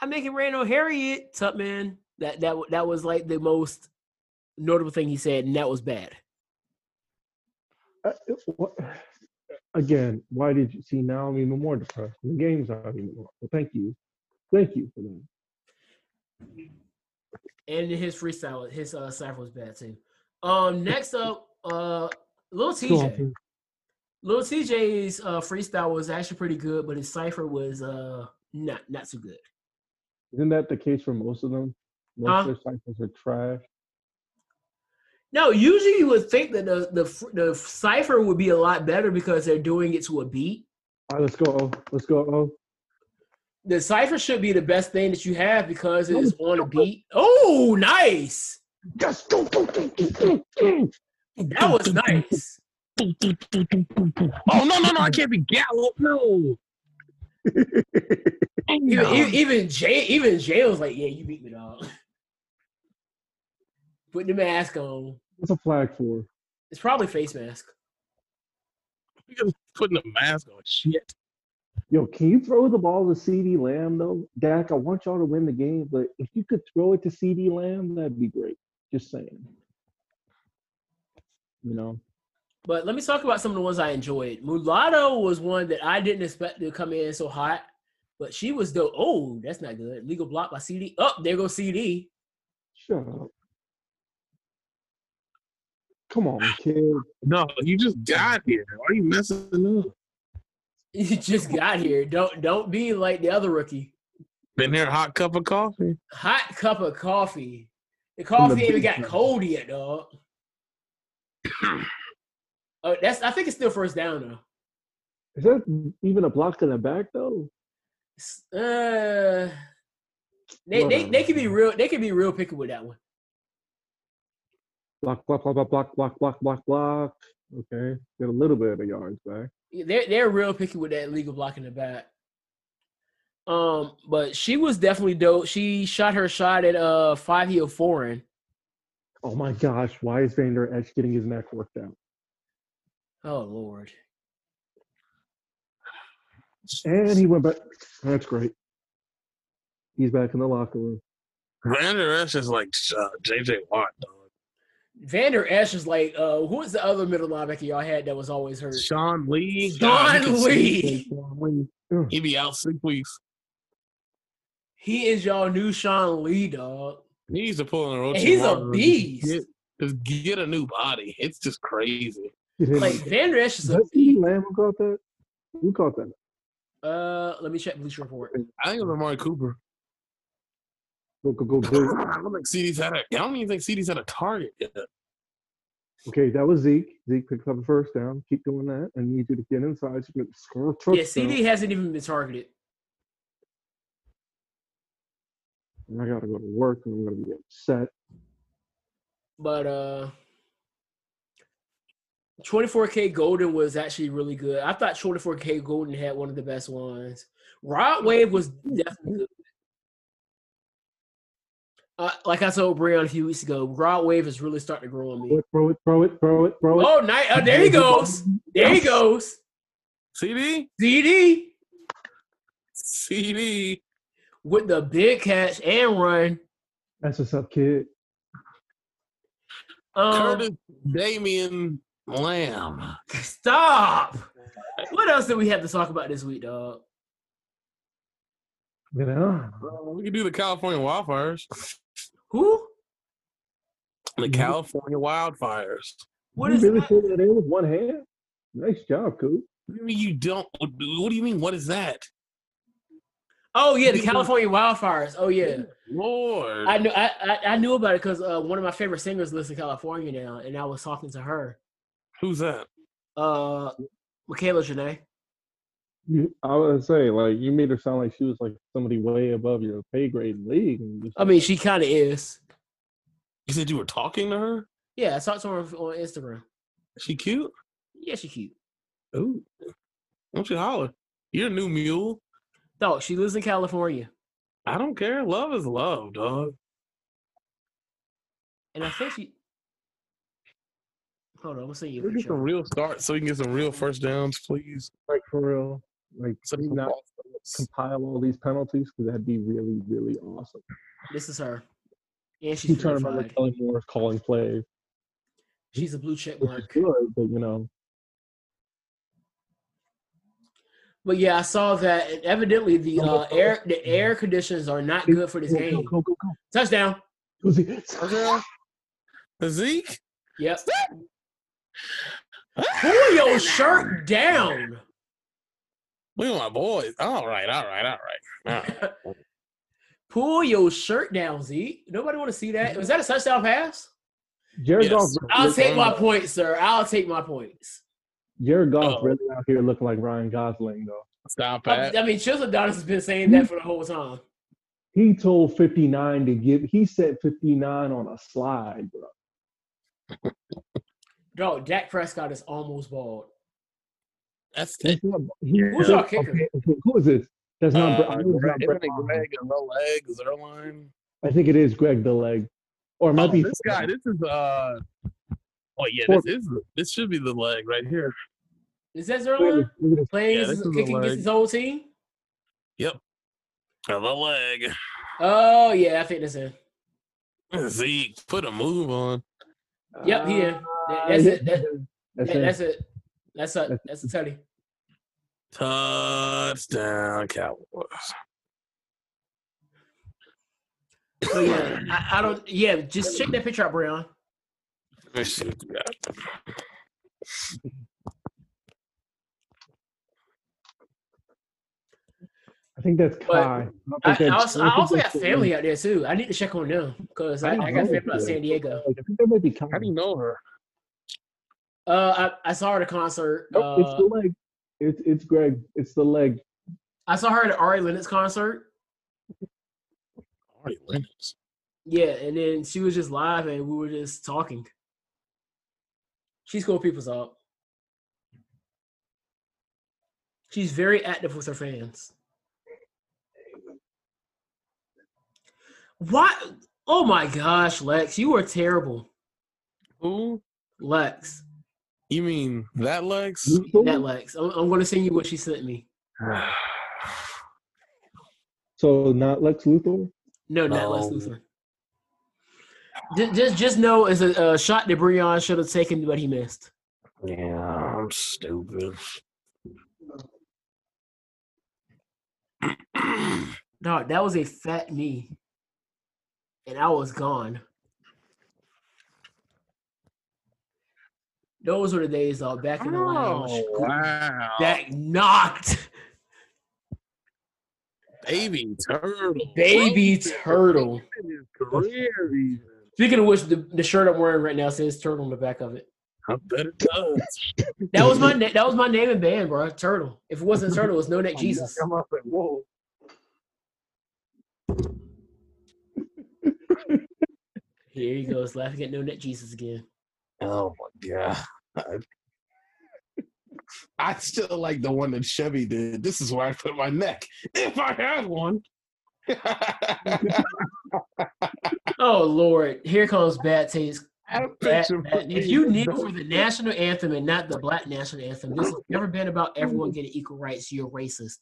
A: I make it rain on Harriet Tubman. That that wa- that was like the most notable thing he said, and that was bad.
C: Uh, it- what? Again, why did you see? Now I'm even more depressed. The game's not even. on. Well, thank you, thank you for that.
A: And his freestyle, his uh, cipher was bad too. Um, next up, uh, Lil
C: Go on,
A: TJ.
C: please.
A: Lil TJ's uh, freestyle was actually pretty good, but his cipher was uh not not so good.
C: Isn't that the case for most of them? Most
A: Huh?
C: their cycles are trash.
A: No, usually you would think that the the fr- the cipher would be a lot better because they're doing it to a beat.
C: All right, let's go. Oh, let's go. (laughs) Oh,
A: The cipher should be the best thing that you have because it is on a beat. Oh, nice!
C: just go. go, go, go, go, go.
A: That was nice.
D: Oh no no no! I can't be
F: oh,
D: Gallup. No.
A: Even even, e, even Jay even Jay was like, "Yeah, you beat me, dog." (laughs) Putting the mask on.
C: What's a flag for?
A: It's probably face mask.
F: Because putting a mask on shit.
C: Yo, can you throw the ball to CD Lamb though? Dak, I want y'all to win the game, but if you could throw it to CD Lamb, that'd be great. Just saying. You know,
A: But let me talk about some of the ones I enjoyed. Mulatto was one that I didn't expect to come in so hot, but she was dope. Oh, that's not good. Legal block by CD. Up oh, there goes (laughs) CD.
C: shut up. Come on, kid.
F: No, you just got here. Why are you messing up?
A: You just got here. Don't don't be like the other rookie.
F: Been here, a hot cup of coffee.
A: Hot cup of coffee. The coffee ain't even got
C: basement.
A: cold yet, dog. oh, that's. I think it's still first down though.
C: Is that even a block in the back though?
A: S- Uh, they they they could be real. They could be real picky with that one.
C: Block, block, block, block, block, block, block, block, block. Okay, get a little bit of a yards back.
A: They're they're real picky with that legal block in the back. Um, but she was definitely dope. She shot her shot at uh five heel foreign.
C: Oh my gosh, why is Vander Edge getting his neck worked out?
A: Oh lord.
C: And he went back. That's great. He's back in the locker room.
F: Vander Esch is like uh, JJ Watt, dog.
A: Vander Esch is like, uh, who was the other middle linebacker y'all had that was always hurt?
F: Sean Lee.
A: Sean
F: God, you can see
A: Lee.
F: he's been Sean Lee. He be out six weeks.
A: He is y'all new Sean Lee, dog.
F: He needs to pull an Orochi.
A: And he's a
F: Wara.
A: beast.
F: Just get, just get a new body. It's just crazy.
C: Get him.
A: Like Vander Esch
C: Is
A: is a
C: that CeeDee Lamb who caught that? Who caught that?
A: uh let me check Bleacher Report.
F: I think it's Amari Cooper.
C: Go, go, go,
F: I
C: (laughs) go.
F: don't think CD's had a. I don't even think CD's had a target yet.
C: Okay, that was Zeke. Zeke picked up a first down. Keep doing that. I need you to get inside. So you can score a touchdown.
A: Yeah, CD hasn't even been targeted.
C: And I got to go to work and I'm going to be upset.
A: But uh 24K Golden was actually really good. I thought 24K Golden had one of the best ones. Rod Wave was definitely good. Uh, like I told Brian a few weeks ago, Rod Wave is really starting to grow on
C: Throw
A: me.
C: it, throw it, throw it, throw it, throw it.
A: Oh, night! Oh, there he goes. There he goes.
F: CD,
A: CD
F: CD.
A: with the big catch and run.
C: That's what's up, kid.
A: Um, Uh,
F: Curtis Damian Lamb.
A: stop. What else did we have to talk about this week, dog?
C: You know?
F: Well, we can do the California wildfires.
A: Who?
F: The California wildfires.
A: What
C: you
A: is
C: really
A: that?
C: threw that in with one hand? Nice job, Coop.
F: What do you mean you don't? What what do you mean? What is that?
A: Oh yeah, the
F: Yeah.
A: California wildfires. Oh yeah,
F: Lord.
A: I knew I, I, I knew about it because uh, one of my favorite singers lives in California now, and I was talking to her,
F: Who's that?
A: uh, Michaela Janae.
C: You, I would say, like, you made her sound like she was like somebody way above your pay grade league. And just,
A: I mean, she kind of is.
F: You said you were talking to her?
A: Yeah, I talked to her on on Instagram.
F: Is she cute?
A: Yeah, she cute.
F: Ooh. Don't you holler. You're a new mule.
A: Dog, she lives in California,
F: I don't care. Love is love, dog.
A: and I think she. Hold on, I'm gonna send you a
F: Get some
A: picture.
F: real starts so we can get some real first downs, please.
C: like, for real. Like,
F: Some
C: Maybe not.
F: false starts.
C: compile all these penalties because that'd be really, really awesome.
A: This is her, and
C: She
A: she's
C: trying to remember
A: certified.
C: Kelly Moore calling plays,
A: She's a blue check
C: which is
A: mark.
C: good, but you know,
A: But yeah, I saw that, and evidently the uh, air the air conditions are not good for this
C: go, go,
A: game. Oh,
C: go, go, go.
A: Touchdown.
C: Who's he?
F: Okay. (laughs) Zeke?
A: Yep. Pull your shirt down.
F: We my boys. All right, all right, all right. All right.
A: Pull your shirt down, Zeke. Nobody want to see that. Was that a touchdown pass?
C: Jared
F: Yes.
C: Goff.
A: I'll take my points, sir. I'll take my points.
C: Jared Goff
F: Oh.
C: really out here looking like Ryan Gosling though.
F: Stop
A: I,
F: that.
A: I mean, Chisel Adonis has been saying that for the whole time.
C: He told 59 to give. He said 59 on a slide, bro.
A: Dog, Dak Prescott is almost bald.
F: That's
C: That's not, he,
A: Who's our kicker?
C: Okay, okay, who is this? That's not. Bre- I,
F: Uh,
C: know it's
F: Greg,
C: not Brett
F: Greg,
C: Favre.
F: Greg, and no leg, Zerline.
C: I think it is Greg the leg, or it might
F: Oh,
C: be
F: this guy, this is uh. Oh yeah,
C: Four-
F: this is this should be the leg right here.
A: Is that
C: Look
A: Zerline
C: at this-
A: playing
D: Yeah,
A: his,
D: this is a
A: kicking against
D: leg.
A: his whole team?
D: The leg.
A: Oh yeah, I think that's it.
F: Zeke, put a move on.
A: Yep, he in. That-
C: Ah,
A: That's
C: yeah,
A: it. That-
C: That's
A: that-
C: it.
A: That's it. That's a that's a tutty.
F: Touchdown, Cowboys.
A: So yeah, I, I don't. Yeah, just check that picture out, Breon.
F: Let's see what we got.
C: I think that's Kai.
A: I,
C: don't think
A: I
C: that's-
A: also,
C: don't
A: I
C: think
A: also
C: that's
A: got
C: the
A: family
C: one.
A: out there too. I need to check on them because I,
C: I didn't
A: I got
C: know
A: family out
C: that.
A: San Diego.
C: Like, I think that might be Kai.
F: How do you know her?
A: Uh, I, I saw her at a concert.
C: Nope, Oh, it's
A: uh,
C: the leg. It's it's Greg. It's the leg.
A: I saw her at an Ari Lennox concert.
F: Ari Lennox.
A: Yeah, and then she was just live and we were just talking. She's cool people's up. She's very active with her fans. What? Oh my gosh, Lex, you are terrible.
F: Who?
A: Lex,
F: You mean that Lex?
A: that Lex. I'm, I'm going to send you what she sent me.
C: So not Lex Luthor.
A: No, not Lex
F: No.
A: Luthor. Ju- Just, just know it's a, a shot that Breon should have taken, but he missed.
F: (sighs) Yeah, I'm stupid.
A: Dog, that was a fat me. And I was gone. Those were the days uh, back in the lounge.
F: Oh, wow.
A: That knocked
F: baby turtle.
A: baby
F: Broken
A: turtle.
F: in his career, even.
A: Speaking of which, the, the shirt I'm wearing right now says turtle on the back of it.
F: I bet it does.
A: That was my na- that was my name and band, bro. Turtle. If it wasn't turtle, it was no
F: Oh
A: neck Jesus.
F: I'm up like, whoa.
A: Here he goes, laughing at no neck Jesus again.
F: Oh my god. I still like the one that Chevy did. This is where I put my neck. (laughs) If I had one. (laughs)
A: Oh Lord, here comes bad taste.
F: I
A: That-
F: picture
A: that- if
F: me.
A: you kneel for the national anthem and not the black national anthem, this has never been about everyone getting equal rights. You're racist.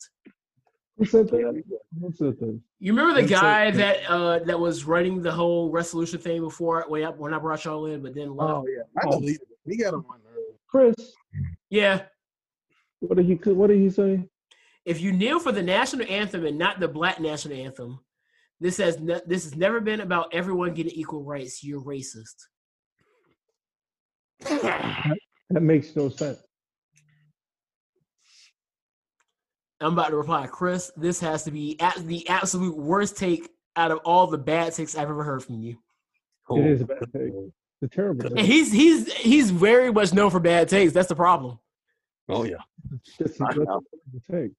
C: Who said that? Who said that?
A: You remember the
F: That's so-
A: guy that uh, that was running the whole resolution thing before when I, when I brought y'all in, but then left.
F: Oh yeah, I deleted it. He got on my nerves.
C: Chris.
A: Yeah,
C: What did he? What did he say?
A: if you kneel for the national anthem and not the black national anthem, this has ne- this has never been about everyone getting equal rights. You're racist.
C: That makes no sense.
A: I'm about to reply, Chris. This has to be at the absolute worst take out of all the bad takes I've ever heard from you.
C: It is a
F: Oh.
C: bad take. The
F: (laughs)
C: terrible.
A: And
C: take.
A: he's he's he's very much known for bad takes. That's the problem.
F: Oh yeah.
C: That's a-
F: I
C: that's a
F: know.
C: terrible take.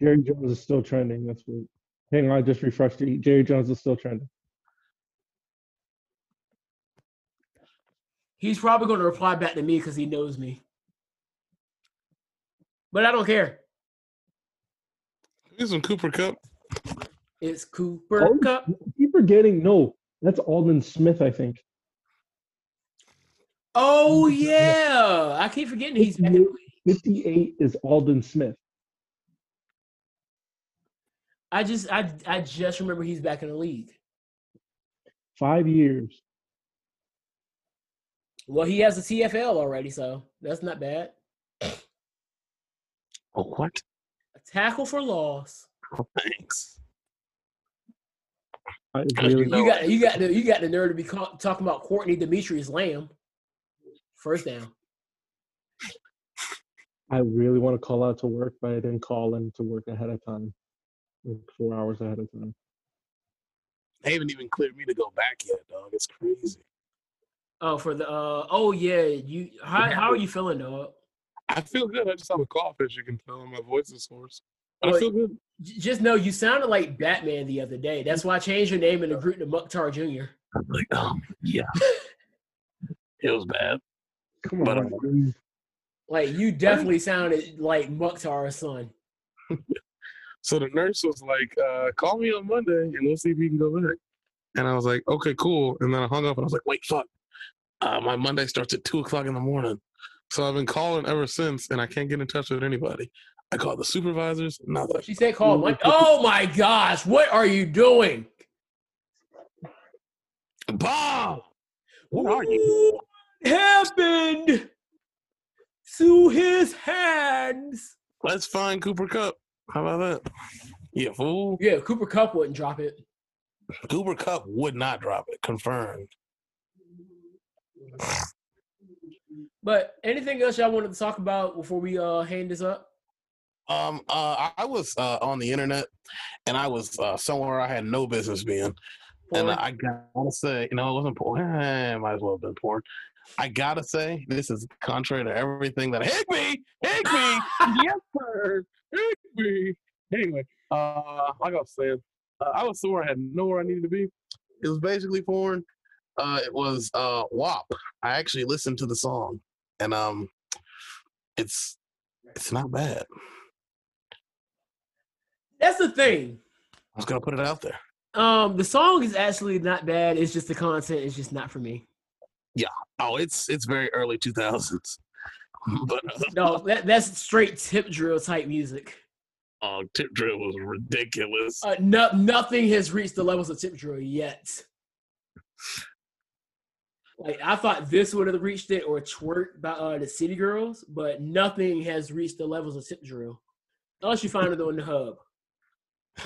C: Jerry Jones is still trending. That's what. Hang on, I just refreshed. it. Jerry Jones is still trending.
A: He's probably going to reply back to me because he knows me. But I don't care.
F: Here's some Cooper Cup.
A: It's Cooper
C: Oh.
A: Cup.
C: Keep forgetting. No, that's Alden Smith. I think.
A: Oh yeah, I keep forgetting he's back. in the league.
C: 58 is Alden Smith.
A: I just I I just remember he's back in the league.
C: Five years.
A: Well, he has a TFL already, so that's not bad.
F: Oh what?
A: A tackle for loss.
F: Thanks.
C: (laughs) I
F: Because
C: really
F: you know-
A: You got you got the you got the nerve to be ca- talking about Courtney Demetrius Lamb. First down.
C: I really want to call out to work, but I didn't call in to work ahead of time. Like four hours ahead of time.
F: They haven't even cleared me to go back yet, dog. It's crazy.
A: Oh, for the uh oh yeah, you how how are you feeling, dog?
F: I feel good. I just have a cough, as you can tell. My voice is hoarse. But I
A: Well,
F: feel good.
A: J- Just know you sounded like Batman the other day. That's why I changed your name in the group to Mukhtar Jr.
F: I'm like, oh (laughs) yeah. it was bad.
C: Come
F: But,
C: on,
F: uh,
C: dude.
A: Like you definitely sounded like Mukhtar's son.
F: So the nurse was like, uh, call me on Monday and we'll see if you can go back. And I was like, okay, cool. And then I hung up and I was like, wait, fuck.
D: uh, my Monday starts at two o'clock in the morning. So I've been calling ever since, and I can't get in touch with anybody. I call the supervisors, nothing.
A: She said call (laughs) Monday. Oh my gosh, what are you doing?
D: Bob,
A: What happened to his hands?
D: let's find Cooper Cup. How about that? Yeah, fool.
A: Yeah, Cooper Cup wouldn't drop it.
D: Cooper Cup would not drop it. Confirmed.
A: But anything else y'all wanted to talk about before we uh hand this up?
D: Um, uh, I was uh, on the internet, and I was uh, somewhere I had no business being, and
A: Or-
D: I gotta say, you know, it wasn't porn. (laughs) Eh, might as well have been porn. I gotta say, this is contrary to everything that Higby, Higby,
F: yes, sir. Anyway, anyway, uh, like I was saying, uh, I was somewhere I had nowhere I needed to be.
D: it was basically porn. Uh, it was uh, WAP. I actually listened to the song, and um, it's it's not bad. I
A: That's the thing.
D: was gonna put it out there.
A: Um, the song is actually not bad. It's just the content is just not for me.
D: Oh, it's it's very early two thousands, (laughs) but uh,
A: No, that, that's straight tip drill type music.
D: oh, Tip Drill was ridiculous.
A: Uh, no, nothing has reached the levels of tip drill yet. Like I thought this would have reached it or twerk by uh, the City Girls, but nothing has reached the levels of tip drill. Unless you find it on the hub.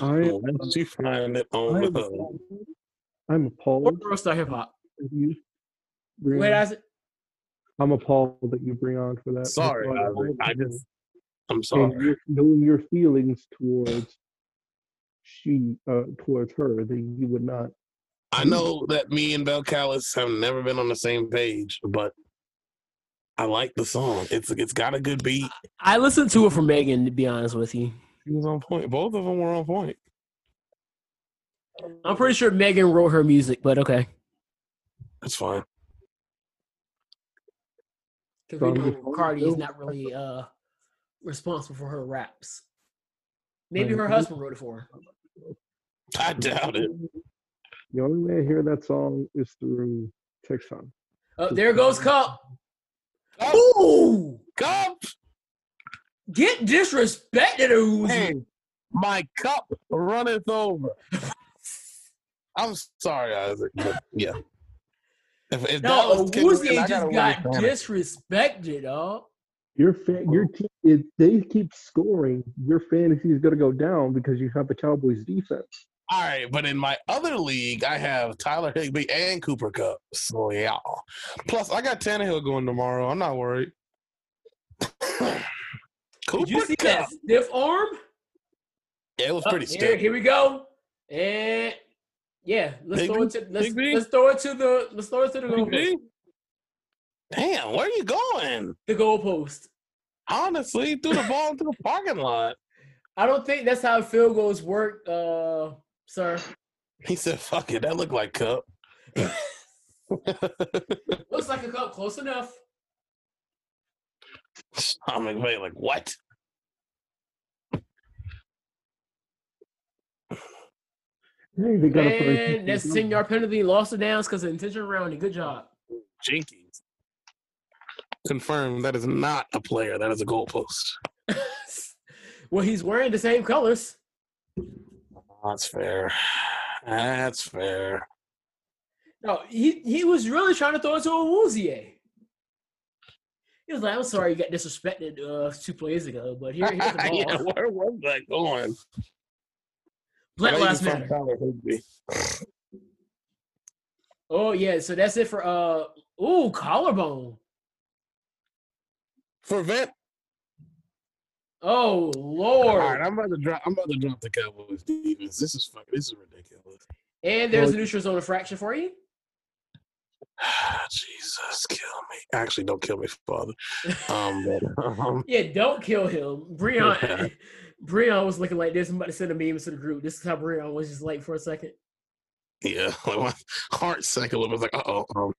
C: I,
D: Why don't Oh, you find it
C: I
D: on
C: am,
D: the
C: I'm
A: Or
C: appalled.
A: Girl Star Hip Hop.
C: that you bring-
A: Wait, I said,
C: I'm appalled that you bring on for that. That's
D: Sorry,
C: why
D: Isaac, I
C: I'm-
D: just I'm
C: and
D: sorry.
C: your- knowing your feelings towards she uh towards her that you would not
D: I know that me and Bel Callis have never been on the same page, but I like the song. It's it's got a good beat.
A: I listened to it for Megan. To be honest with you,
D: It was on point. Both of them were on point.
A: I'm pretty sure Megan wrote her music, but okay.
D: That's fine. (laughs)
A: Because we
C: From
A: know
C: the-
A: Cardi is not really uh, responsible for her raps. Maybe
C: Right.
A: her husband wrote it for her.
D: I doubt it.
C: the only way I hear that song is through TikTok.
A: Oh, there goes Cup. Ooh,
D: Cup.
A: get disrespected, Uzi.
D: Hey, my cup runneth over. I'm sorry, Isaac. But yeah. If, if that
A: no,
D: was the case,
A: Uzi
D: then I
A: just got
D: gotta worry about it.
A: disrespected, dog.
C: Your
A: Oh.
C: fan, your team, if they keep scoring, your fantasy is gonna go down because you have the Cowboys defense.
D: All right, but in my other league, I have Tyler Higby and Cooper Cup. So yeah. Plus, I got Tannehill going tomorrow. I'm not worried.
A: Did you
D: Cooper
A: see
D: Cup.
A: that stiff arm?
D: Yeah, it was
A: Oh,
D: pretty
A: here,
D: stiff.
A: here we go. And yeah, let's
D: Big
A: throw it
D: B?
A: to let's,
D: Big B?
A: let's throw it to the let's throw it to the goalpost.
D: Damn, where are you going?
A: The goalpost.
D: Honestly, threw the ball into the parking lot.
A: I don't think that's how field goals work, uh, sir.
D: He said, "Fuck it, that looked like (laughs) Cup."
A: Looks like a cup, close enough.
D: Sean McVay, like what?
C: Hey, they gotta find
A: And that's
C: TikTok.
A: ten yard penalty, lost the downs because of intentional rounding. Good job. (laughs)
D: Jenkins. Confirmed. That is not a player. That is a goalpost.
A: well, he's wearing the same colors.
D: That's fair. That's fair.
A: No, he he was really trying to throw it to a Woozier. He was like, "I'm sorry, you got disrespected uh, two plays ago, but here, here's the ball.
D: (laughs) yeah, where was that going?
A: Black
D: Maybe
A: lives
D: from
A: matter."
D: Tyler Higbee.
A: Oh yeah, so that's it for uh, ooh, collarbone.
D: For Vent.
A: Oh
D: All
A: lord,
D: right, I'm about to drop. I'm about to drop the Cowboys defense. This is fucking. This is ridiculous.
A: and there's
C: Well-
A: a neutral zone infraction for you.
D: (sighs) Jesus, kill me. Actually, don't kill me, Father.
A: (laughs)
D: Um, but, um,
A: Yeah, don't kill him,
D: (laughs)
A: Breon. (laughs) Breon was looking like this. I'm about to send a meme to the group. This is how Breon was just like for a second.
D: yeah, (laughs) like my heart sank a little bit. Like, uh oh, um,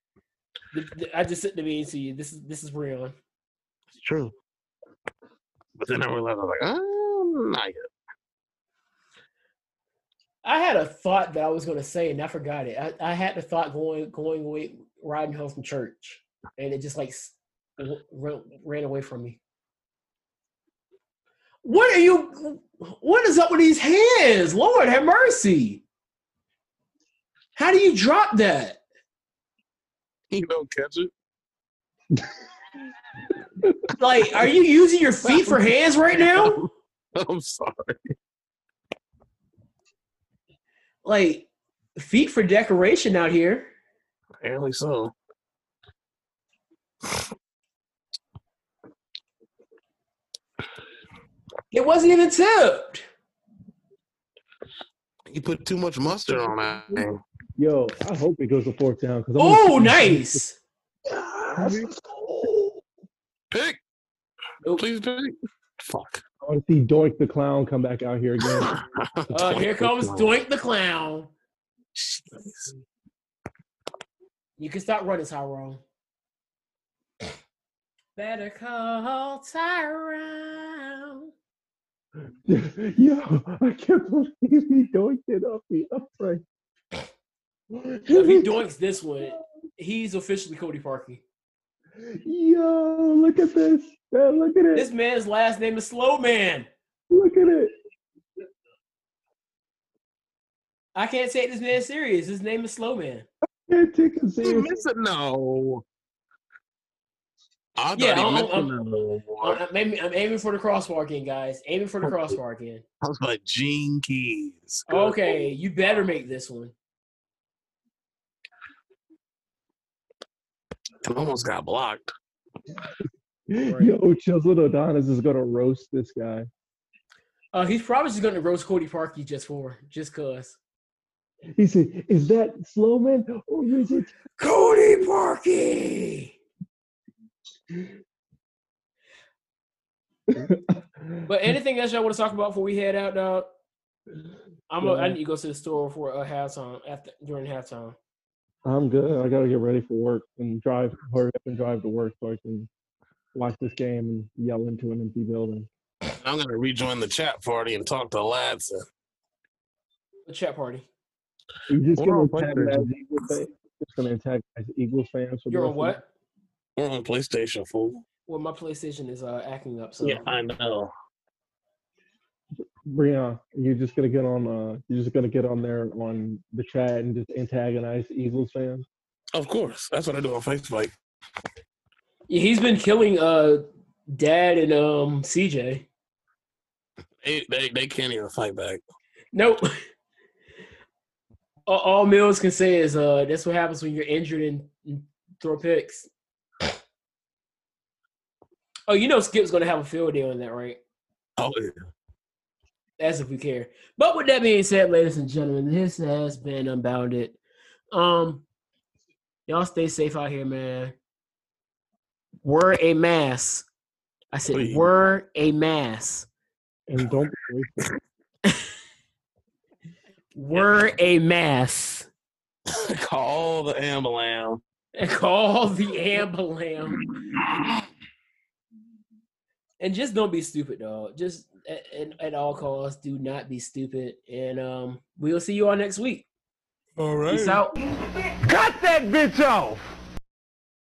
A: Th- th- I just sent the meme to you. This is this is Breon.
D: it's true. But then I realized I was like, oh, not yet.
A: I had a thought that I was going to say, and I forgot it. I, I had the thought going going away riding home from church, and it just like s- w- ran, ran away from me. What are you? What is up with these hands? Lord have mercy. How do you drop that?
F: You don't catch it. (laughs)
A: Like, are you using your feet for hands right now?
F: I'm sorry.
A: Like, feet for decoration out here.
F: Apparently so.
A: It wasn't even tipped.
D: You put too much mustard on (laughs) that. thing.
C: Yo, I hope it goes to fourth down. because
A: Oh, nice.
D: Pick.
A: Nope.
D: Please pick. Fuck.
C: I want to see Doink the Clown come back out here again. (laughs)
A: Uh, here comes Doink the Clown. You can stop running, Tyrone. Better call Tyrone.
C: Yo, I can't believe he doinked it off the upright.
A: If he doinks this one, he's officially Cody Parkey.
C: (laughs) Yo, look at this. Man, look at it.
A: This man's last name is Slow Man.
C: Look at it.
A: I can't take this man serious. His name is Slow Man.
C: Can't take it
F: He
C: seriously.
F: missed it. No. I thought
A: Yeah,
F: he
A: I'm-
F: missed
A: I'm-
F: another one.
A: I'm, I'm aiming, I'm aiming for the crossbar again, guys. Aiming for the crossbar again.
D: I was like Gene Keys. Good
A: Okay, you better make this one.
D: Lord. Almost got blocked.
C: Yo, Cheslin O'Donis is gonna roast this guy.
A: Uh, he's probably just going to roast Cody Parkey just for, just cause.
C: He said, "Is that Oh, Slowman or is it?"
A: Cody Parkey. But anything else y'all want to talk about before we head out, dog? I'm a, i am I
C: Yeah.
A: need to go to the store for a halftime after during halftime.
C: I'm good. I gotta get ready for work and drive. Hurry up and drive to work so I can watch this game and yell into an empty building.
D: I'm gonna rejoin the chat party and talk to Ladson.
A: The chat party.
C: You're just
D: We're
C: gonna
D: on PlayStation.
C: antagonize Eagles fans. Just gonna antagonize Eagles fans for the
A: You're on
C: rest of
A: what?
D: We're on PlayStation, fool.
A: Well, my PlayStation is uh, acting up, so
D: Yeah, I know.
C: the- Breon, you're just gonna get on. Uh, you're just gonna get on there on the chat and just antagonize Eagles fans.
D: Of course, that's what I do on Facebook.
A: Yeah, he's been killing uh, Dad and um CJ.
D: They, they they can't even fight back.
A: Nope. (laughs) all, all Mills can say is uh, that's what happens when you're injured and, and throw picks. Oh, you know Skip's gonna have a field day on that, right?
D: Oh yeah. (laughs)
A: as if we care. But with that being said, ladies and gentlemen, this has been unbounded. Um, y'all stay safe out here, man. Wear a mask. I said,
D: Please.
A: wear a mask.
C: And don't
A: Wear a mask.
D: Call the ambulance.
A: And call the ambulance. And just don't be stupid, dog. Just at, at, at all costs, do not be stupid. And um, we'll see you all next week.
F: All right.
A: Peace out.
G: Cut that bitch off!